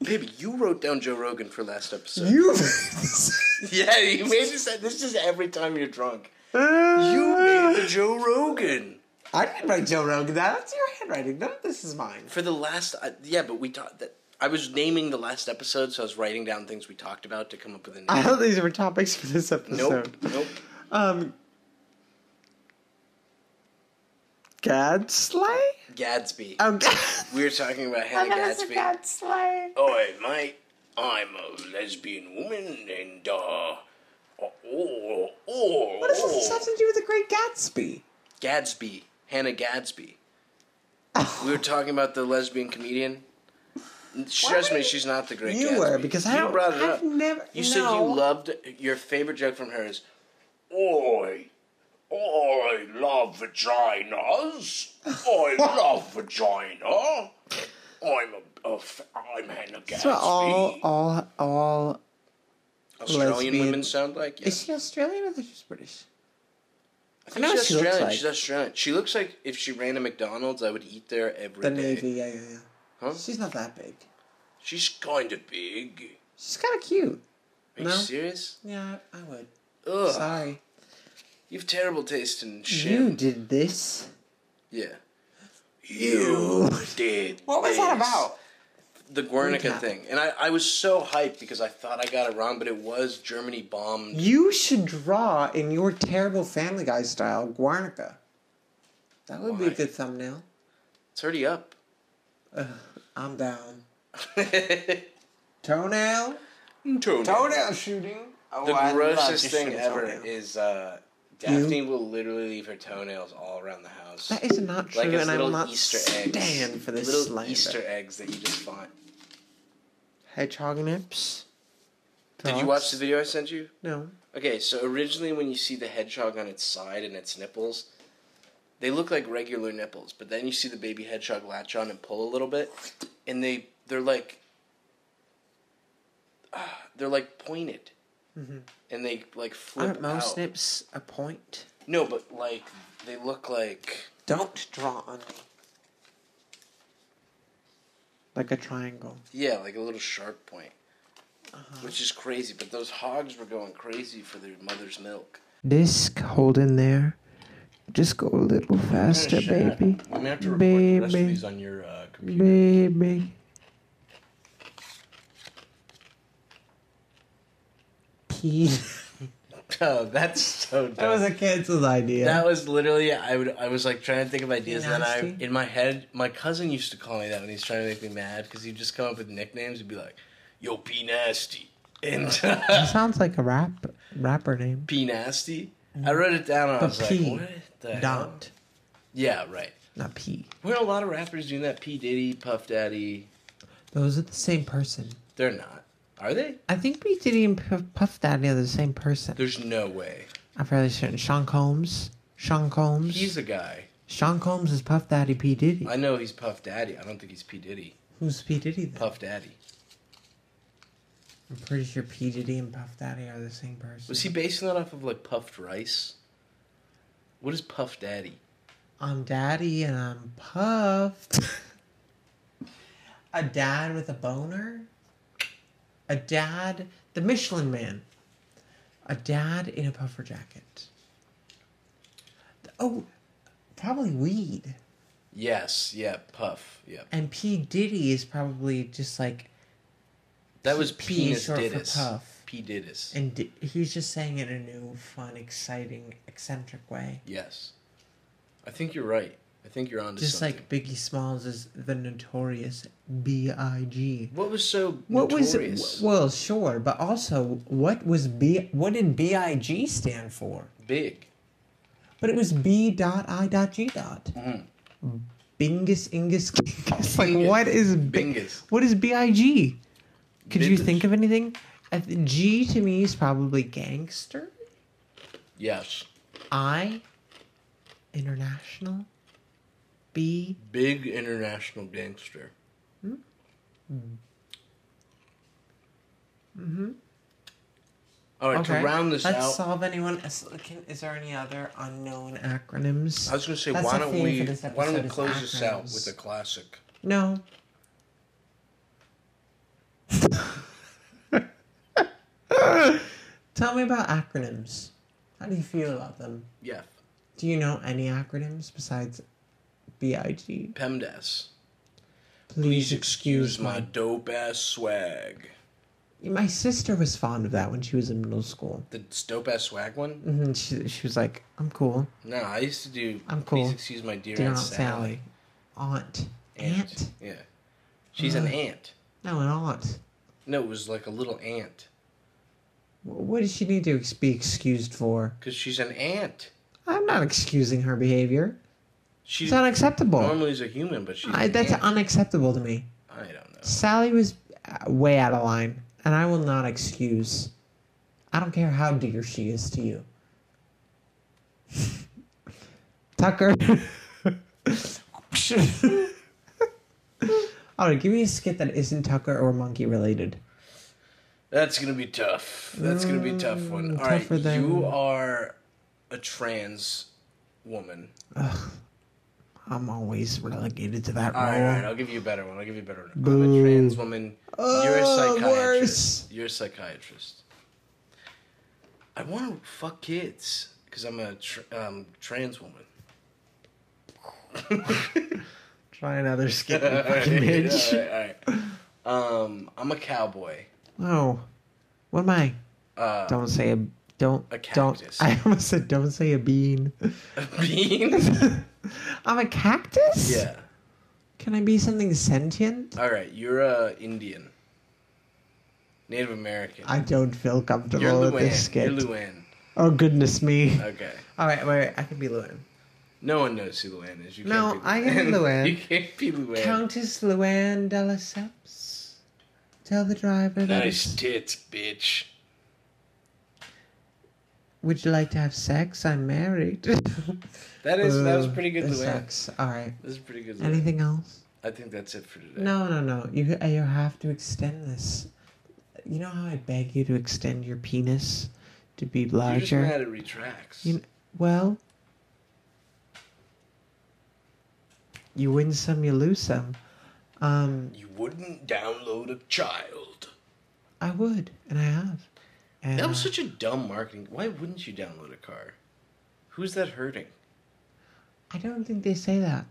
[SPEAKER 1] Baby, you wrote down Joe Rogan for last episode.
[SPEAKER 2] You.
[SPEAKER 1] yeah, you made this. This is every time you're drunk. You made the Joe Rogan
[SPEAKER 2] I didn't write Joe Rogan. down. That's your handwriting. None of this is mine.
[SPEAKER 1] for the last. Uh, yeah, but we talked that. I was naming the last episode, so I was writing down things we talked about to come up with a name.
[SPEAKER 2] I thought these were topics for this
[SPEAKER 1] nope,
[SPEAKER 2] episode.
[SPEAKER 1] nope.
[SPEAKER 2] Um. Gadsley?
[SPEAKER 1] Gadsby.
[SPEAKER 2] Oh, Gad-
[SPEAKER 1] we were talking about
[SPEAKER 2] I
[SPEAKER 1] Hannah
[SPEAKER 2] thought it was
[SPEAKER 1] Gadsby.
[SPEAKER 2] Gadsley.
[SPEAKER 1] Oi, mate, I'm a lesbian woman, and uh, oh, oh, oh,
[SPEAKER 2] What does this have to do with the Great Gatsby?
[SPEAKER 1] Gadsby, Hannah Gadsby.
[SPEAKER 2] Oh.
[SPEAKER 1] we were talking about the lesbian comedian. Trust me, she's not the great.
[SPEAKER 2] You
[SPEAKER 1] Gatsby.
[SPEAKER 2] were, because I
[SPEAKER 1] You
[SPEAKER 2] don't-
[SPEAKER 1] brought it
[SPEAKER 2] I've
[SPEAKER 1] up.
[SPEAKER 2] never-
[SPEAKER 1] You said
[SPEAKER 2] no.
[SPEAKER 1] you loved your favorite joke from her is, "Oi, I love vaginas. I love vagina. I'm a, a f- I'm Hannah Gadsby."
[SPEAKER 2] That's what all, all, all.
[SPEAKER 1] Australian
[SPEAKER 2] lesbian-
[SPEAKER 1] women sound like. Yeah.
[SPEAKER 2] Is she Australian or is she British?
[SPEAKER 1] I
[SPEAKER 2] I know
[SPEAKER 1] think she's
[SPEAKER 2] she looks
[SPEAKER 1] Australian.
[SPEAKER 2] like-
[SPEAKER 1] She's Australian. She looks like if she ran a McDonald's, I would eat there every day.
[SPEAKER 2] The Navy, yeah, yeah, yeah.
[SPEAKER 1] Huh?
[SPEAKER 2] She's not that big.
[SPEAKER 1] She's kind of big.
[SPEAKER 2] She's kind of cute.
[SPEAKER 1] Are
[SPEAKER 2] No.
[SPEAKER 1] you serious?
[SPEAKER 2] Yeah, I, I would.
[SPEAKER 1] Ugh.
[SPEAKER 2] Sorry.
[SPEAKER 1] You have terrible taste in shit.
[SPEAKER 2] You did this.
[SPEAKER 1] Yeah. You did.
[SPEAKER 4] What was that
[SPEAKER 1] this.
[SPEAKER 4] about?
[SPEAKER 1] The Guernica
[SPEAKER 2] Yeah.
[SPEAKER 1] thing. And I, I was so hyped because I thought I got it wrong, but it was Germany bombed.
[SPEAKER 2] You should draw in your terrible Family Guy style Guarnica. That would be a
[SPEAKER 1] Why?
[SPEAKER 2] good thumbnail.
[SPEAKER 1] It's already up.
[SPEAKER 2] I'm down. Toenail?
[SPEAKER 1] Tony.
[SPEAKER 4] Toenail shooting. Oh,
[SPEAKER 1] The
[SPEAKER 4] I love
[SPEAKER 1] grossest
[SPEAKER 4] to
[SPEAKER 1] thing
[SPEAKER 4] shoot
[SPEAKER 1] ever
[SPEAKER 4] toenail.
[SPEAKER 1] is uh, Daphne will literally leave her toenails all around the house.
[SPEAKER 2] That is not true,
[SPEAKER 1] like as
[SPEAKER 2] and I will
[SPEAKER 1] little
[SPEAKER 2] not
[SPEAKER 1] Easter eggs.
[SPEAKER 2] stand for this
[SPEAKER 1] little
[SPEAKER 2] slander.
[SPEAKER 1] Easter eggs that you just find.
[SPEAKER 2] Hedgehog nips.
[SPEAKER 1] Did you watch the video I sent you?
[SPEAKER 2] No.
[SPEAKER 1] Okay, so originally when you see the hedgehog on its side and its nipples, they look like regular nipples, but then you see the baby hedgehog latch on and pull a little bit, and they they're like ah, they're like pointed, and they like flip
[SPEAKER 2] Mm-hmm. Aren't most
[SPEAKER 1] out.
[SPEAKER 2] nips a point?
[SPEAKER 1] no, but like they look like
[SPEAKER 4] Don't draw on me.
[SPEAKER 2] Like a triangle.
[SPEAKER 1] yeah, like a little sharp point,
[SPEAKER 2] Uh-huh.
[SPEAKER 1] which is crazy. But those hogs were going crazy for their mother's milk.
[SPEAKER 2] Disc, hold in there. Just go a little faster, baby.
[SPEAKER 1] We may have to
[SPEAKER 2] record the rest of Baby. these
[SPEAKER 1] on your uh, computer.
[SPEAKER 2] Baby.
[SPEAKER 1] Oh, that's so. Dumb.
[SPEAKER 2] That was a canceled idea.
[SPEAKER 1] That was literally I would I was like trying to think of ideas and then I
[SPEAKER 2] Nasty.
[SPEAKER 1] in my head my cousin used to call me that when he's trying to make me mad because he'd just come up with nicknames and be like, "Yo, P nasty," and
[SPEAKER 2] That sounds like a rap rapper name.
[SPEAKER 1] P nasty. I wrote it down and I
[SPEAKER 2] But
[SPEAKER 1] was like,
[SPEAKER 2] P,
[SPEAKER 1] "What the hell?"
[SPEAKER 2] Dot,
[SPEAKER 1] Yeah, right.
[SPEAKER 2] not P.
[SPEAKER 1] Weren't a lot of rappers doing that? P Diddy, Puff Daddy.
[SPEAKER 2] Those are the same person.
[SPEAKER 1] They're not, are they?
[SPEAKER 2] I think P Diddy and Puff- Puff Daddy are the same person.
[SPEAKER 1] There's no way.
[SPEAKER 2] I'm fairly certain. Sean Combs. Sean Combs.
[SPEAKER 1] He's a guy.
[SPEAKER 2] Sean Combs is Puff Daddy P Diddy.
[SPEAKER 1] I know he's Puff Daddy. I don't think he's P Diddy.
[SPEAKER 2] Who's P Diddy? Then?
[SPEAKER 1] Puff Daddy.
[SPEAKER 2] I'm pretty sure P Diddy and Puff Daddy are the same person.
[SPEAKER 1] Was he basing that off of like puffed rice? What is Puff Daddy?
[SPEAKER 2] I'm Daddy and I'm puffed. a dad with a boner. A dad, the Michelin Man. A dad in a puffer jacket. Oh, probably weed.
[SPEAKER 1] Yes, yeah, Puff, yeah.
[SPEAKER 2] And P Diddy is probably just like,
[SPEAKER 1] That was
[SPEAKER 2] P
[SPEAKER 1] penis
[SPEAKER 2] is short for
[SPEAKER 1] didis.
[SPEAKER 2] puff.
[SPEAKER 1] P didis.
[SPEAKER 2] and di- he's just saying it in a new, fun, exciting, eccentric way.
[SPEAKER 1] Yes, I think you're right. I think you're onto
[SPEAKER 2] Just
[SPEAKER 1] something.
[SPEAKER 2] like Biggie Smalls is the notorious B.I.G.
[SPEAKER 1] what was so
[SPEAKER 2] What
[SPEAKER 1] notorious?
[SPEAKER 2] was w- well, sure, but also what was B? What did BIG stand for?
[SPEAKER 1] big?
[SPEAKER 2] But it was B dot I dot G dot. Bingus Ingus. Kingus. Like
[SPEAKER 1] Mm-hmm. Bingus.
[SPEAKER 2] what is Bing-
[SPEAKER 1] Bingus.
[SPEAKER 2] What is BIG? Could you
[SPEAKER 1] Bingus.
[SPEAKER 2] think of anything? I th- G to me is probably gangster.
[SPEAKER 1] Yes,
[SPEAKER 2] I international. B
[SPEAKER 1] big international gangster. Hmm. Mm-hmm. right, to round this
[SPEAKER 2] Let's
[SPEAKER 1] out,
[SPEAKER 2] solve anyone. Is, can, is there any other unknown acronyms?
[SPEAKER 1] I was going to say,
[SPEAKER 2] That's
[SPEAKER 1] why
[SPEAKER 2] the
[SPEAKER 1] don't
[SPEAKER 2] theme
[SPEAKER 1] we
[SPEAKER 2] for this
[SPEAKER 1] why don't
[SPEAKER 2] episode
[SPEAKER 1] we
[SPEAKER 2] is
[SPEAKER 1] close this out
[SPEAKER 2] acronyms.
[SPEAKER 1] with a classic?
[SPEAKER 2] No. Tell me about acronyms. How do you feel about them?
[SPEAKER 1] Yeah,
[SPEAKER 2] Do you know any acronyms besides BIG?
[SPEAKER 1] PEMDAS.
[SPEAKER 2] Please excuse
[SPEAKER 1] my dope ass swag.
[SPEAKER 2] My sister was fond of that when she was in middle school.
[SPEAKER 1] The dope ass swag one?
[SPEAKER 2] Mhm, She, she was like, I'm cool.
[SPEAKER 1] No, I used to do.
[SPEAKER 2] I'm cool.
[SPEAKER 1] Please excuse my dear,
[SPEAKER 2] Dear
[SPEAKER 1] aunt
[SPEAKER 2] Aunt
[SPEAKER 1] Sally.
[SPEAKER 2] Sally. Aunt. Aunt? Uh.
[SPEAKER 1] Yeah, she's an aunt.
[SPEAKER 2] No, an aunt.
[SPEAKER 1] No, it was like a little aunt
[SPEAKER 2] Wh- What does she need to ex- be excused for?
[SPEAKER 1] because she's an aunt.
[SPEAKER 2] I'm not excusing her behavior.
[SPEAKER 1] She
[SPEAKER 2] It's unacceptable.
[SPEAKER 1] normally is a human, but she's.
[SPEAKER 2] I,
[SPEAKER 1] an
[SPEAKER 2] that's
[SPEAKER 1] aunt.
[SPEAKER 2] unacceptable to me.
[SPEAKER 1] I don't know.
[SPEAKER 2] Sally was uh, way out of line, and I will not excuse. I don't care how dear she is to you. Tucker. All right, give me a skit that isn't Tucker or monkey related.
[SPEAKER 1] That's gonna be tough. That's gonna be a tough one. All right,
[SPEAKER 2] tougher than-
[SPEAKER 1] you are a trans woman.
[SPEAKER 2] I'm always relegated to that
[SPEAKER 1] All right, all right,
[SPEAKER 2] role.
[SPEAKER 1] I'll give you a better one. I'll give you a better one. I'm a trans woman. You're a
[SPEAKER 2] Oh,
[SPEAKER 1] psychiatrist. You're a psychiatrist. I want to fuck kids because I'm a tr- um, trans woman.
[SPEAKER 2] Try another skip,
[SPEAKER 1] all
[SPEAKER 2] you
[SPEAKER 1] right,
[SPEAKER 2] fucking bitch.
[SPEAKER 1] all right, all right. Um, I'm a cowboy.
[SPEAKER 2] Oh, what am I?
[SPEAKER 1] Uh,
[SPEAKER 2] Don't say a don't
[SPEAKER 1] A
[SPEAKER 2] don't.
[SPEAKER 1] cactus.
[SPEAKER 2] I almost said don't say a bean.
[SPEAKER 1] bean.
[SPEAKER 2] I'm a cactus.
[SPEAKER 1] yeah.
[SPEAKER 2] Can I be something sentient?
[SPEAKER 1] All right. You're a Indian. Native American.
[SPEAKER 2] I don't feel
[SPEAKER 1] you're
[SPEAKER 2] comfortable with this
[SPEAKER 1] Luann. You're
[SPEAKER 2] skit.
[SPEAKER 1] Luann.
[SPEAKER 2] Oh goodness me!
[SPEAKER 1] Okay.
[SPEAKER 2] All right, wait, wait, I can be Luan.
[SPEAKER 1] No one knows who Luann is. You
[SPEAKER 2] No,
[SPEAKER 1] can't be
[SPEAKER 2] I am Luann.
[SPEAKER 1] you can't be Luann.
[SPEAKER 2] Countess Luann de Lesseps. Tell the driver that.
[SPEAKER 1] Nice tits, bitch.
[SPEAKER 2] Would you like to have sex? I'm married.
[SPEAKER 1] That is that was pretty good,
[SPEAKER 2] This
[SPEAKER 1] Luann.
[SPEAKER 2] Uh, sucks. All right.
[SPEAKER 1] This is pretty good. Luann.
[SPEAKER 2] Anything else?
[SPEAKER 1] I think that's it for today.
[SPEAKER 2] No, no, no. You you have to extend this. You know how I beg you to extend your penis to be
[SPEAKER 1] You're just mad
[SPEAKER 2] larger.
[SPEAKER 1] it retracts.
[SPEAKER 2] You, well, you win some, you lose some. Um,
[SPEAKER 1] You wouldn't download a child.
[SPEAKER 2] I would, and I have. And,
[SPEAKER 1] That was
[SPEAKER 2] uh,
[SPEAKER 1] such a dumb marketing. Why wouldn't you download a car? Who's that hurting?
[SPEAKER 2] I don't think they say that.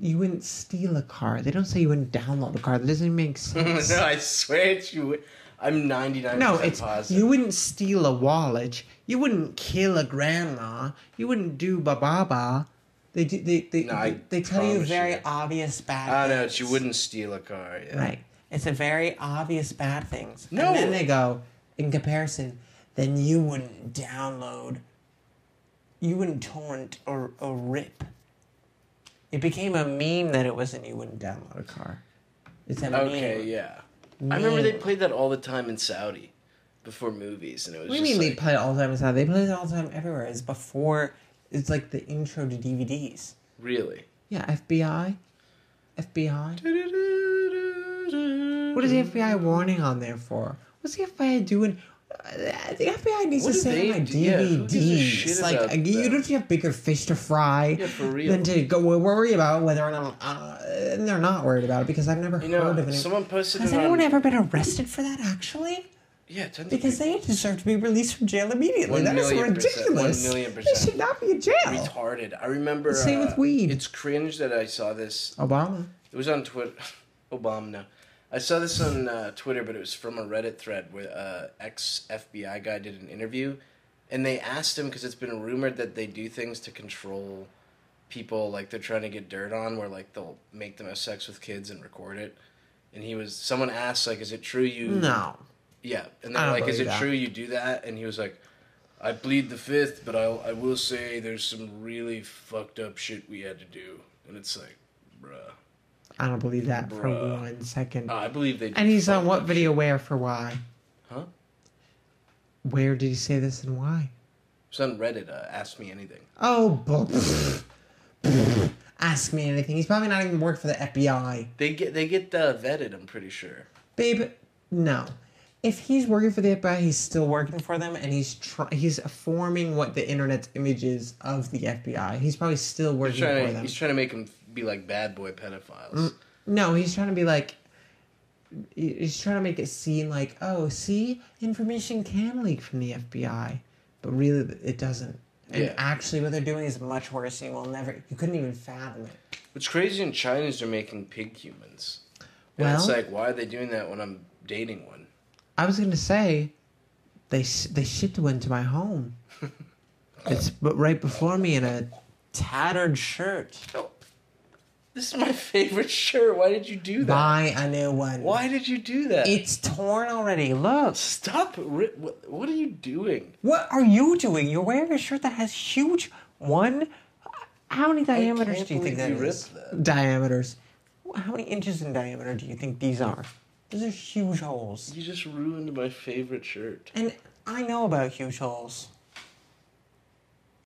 [SPEAKER 2] You wouldn't steal a car. They don't say you wouldn't download a car. That doesn't even make
[SPEAKER 1] no,
[SPEAKER 2] sense.
[SPEAKER 1] I swear it's you. I'm 99%
[SPEAKER 2] No, it's
[SPEAKER 1] positive.
[SPEAKER 2] you wouldn't steal a wallet. You wouldn't kill a grandma. You wouldn't do ba ba ba. They do, they they,
[SPEAKER 1] No, I
[SPEAKER 2] they, they tell you
[SPEAKER 1] promise
[SPEAKER 2] very
[SPEAKER 1] you.
[SPEAKER 2] obvious bad.
[SPEAKER 1] Oh, no,
[SPEAKER 2] things.
[SPEAKER 1] it's you wouldn't steal a car. Yeah.
[SPEAKER 2] Right. It's a very obvious bad things.
[SPEAKER 1] No.
[SPEAKER 2] And then they go in comparison. Then you wouldn't download. You wouldn't torrent or, or rip. It became a meme that it wasn't. You wouldn't download a car. It's a
[SPEAKER 1] Okay,
[SPEAKER 2] meme.
[SPEAKER 1] yeah. I remember they played that all the time in Saudi before movies, and it was
[SPEAKER 2] What do
[SPEAKER 1] just
[SPEAKER 2] you mean they
[SPEAKER 1] like,
[SPEAKER 2] play it all the time inside? They play it all the time everywhere. It's before. It's like the intro to DVDs.
[SPEAKER 1] really.
[SPEAKER 2] Yeah, FBI, FBI. What
[SPEAKER 1] What
[SPEAKER 2] is the FBI warning on there for? What's the FBI doing? Uh, The FBI needs
[SPEAKER 1] What
[SPEAKER 2] to
[SPEAKER 1] do
[SPEAKER 2] say
[SPEAKER 1] they
[SPEAKER 2] on my
[SPEAKER 1] do? Yeah, who
[SPEAKER 2] DVDs.
[SPEAKER 1] gives a shit
[SPEAKER 2] like,
[SPEAKER 1] about
[SPEAKER 2] uh, you
[SPEAKER 1] them?
[SPEAKER 2] don't you have bigger fish to fry
[SPEAKER 1] Yeah, for real.
[SPEAKER 2] than to go worry about whether or not. Uh, and they're not worried about it because I've never
[SPEAKER 1] You
[SPEAKER 2] heard of um,
[SPEAKER 1] know,
[SPEAKER 2] it.
[SPEAKER 1] someone posted
[SPEAKER 2] Has
[SPEAKER 1] it
[SPEAKER 2] anyone
[SPEAKER 1] on,
[SPEAKER 2] ever been arrested for that actually?
[SPEAKER 1] Yeah, tons of
[SPEAKER 2] Because
[SPEAKER 1] people.
[SPEAKER 2] they deserve to be released from jail immediately.
[SPEAKER 1] One
[SPEAKER 2] that is
[SPEAKER 1] million percent.
[SPEAKER 2] ridiculous.
[SPEAKER 1] One million
[SPEAKER 2] They
[SPEAKER 1] percent.
[SPEAKER 2] should not be in jail.
[SPEAKER 1] retarded. I remember.
[SPEAKER 2] Same
[SPEAKER 1] uh,
[SPEAKER 2] with weed.
[SPEAKER 1] It's cringe that I saw this.
[SPEAKER 2] Obama.
[SPEAKER 1] It was on Twitter. Obama. No. I saw this on uh, Twitter, but it was from a Reddit thread where uh, ex FBI guy did an interview, and they asked him because it's been rumored that they do things to control people, like they're trying to get dirt on, where like they'll make them have sex with kids and record it. And he was someone asked like, "Is it true you
[SPEAKER 2] No.
[SPEAKER 1] Yeah, and
[SPEAKER 2] I
[SPEAKER 1] they're
[SPEAKER 2] don't
[SPEAKER 1] like, "Is
[SPEAKER 2] believe
[SPEAKER 1] it
[SPEAKER 2] that.
[SPEAKER 1] true you do that?" And he was like, "I plead the fifth, but I I will say there's some really fucked up shit we had to do." And it's like, bruh,
[SPEAKER 2] I don't believe that for
[SPEAKER 1] Bruh.
[SPEAKER 2] one second.
[SPEAKER 1] Uh, I believe they. did
[SPEAKER 2] and he's on
[SPEAKER 1] fucked
[SPEAKER 2] what
[SPEAKER 1] up
[SPEAKER 2] video, where, for why?
[SPEAKER 1] shit. Huh?
[SPEAKER 2] Where did he say this and why?
[SPEAKER 1] It's on Reddit. Uh, Ask me anything.
[SPEAKER 2] Oh, bull. Ask me anything. He's probably not even worked for the FBI.
[SPEAKER 1] They get they get uh, vetted. I'm pretty sure.
[SPEAKER 2] Babe, no. If he's working for the FBI, he's still working for them, and he's try- he's forming what the internet's image is of the FBI. He's probably still working
[SPEAKER 1] He's trying
[SPEAKER 2] for
[SPEAKER 1] to
[SPEAKER 2] them. Mm.
[SPEAKER 1] he's trying to make them be like bad boy pedophiles.
[SPEAKER 2] No, he's trying to be like. he- He's trying to make it seem like, oh, see, information can leak from the FBI, but really it doesn't. And
[SPEAKER 1] Yeah.
[SPEAKER 2] actually, what they're doing is much worse, and you will never, you couldn't even fathom it.
[SPEAKER 1] What's crazy in China is they're making pig humans. And it's
[SPEAKER 2] Well-
[SPEAKER 1] like, why are they doing that when I'm dating one?
[SPEAKER 2] I was gonna say, they s- they shipped one to my home. it's but right before me in a tattered shirt.
[SPEAKER 1] This is my favorite shirt. Why did you do that?
[SPEAKER 2] Buy a new one.
[SPEAKER 1] Why did you do that?
[SPEAKER 2] It's torn already. Look.
[SPEAKER 1] Stop! ri- What, what are you doing?
[SPEAKER 2] What are you doing? You're wearing a shirt that has huge one. How many diameters
[SPEAKER 1] can't
[SPEAKER 2] do you think that
[SPEAKER 1] believe you
[SPEAKER 2] is?
[SPEAKER 1] ripped that.
[SPEAKER 2] Diameters. How many inches in diameter do you think these are? Those are huge holes.
[SPEAKER 1] You just ruined my favorite shirt.
[SPEAKER 2] And I know about huge holes.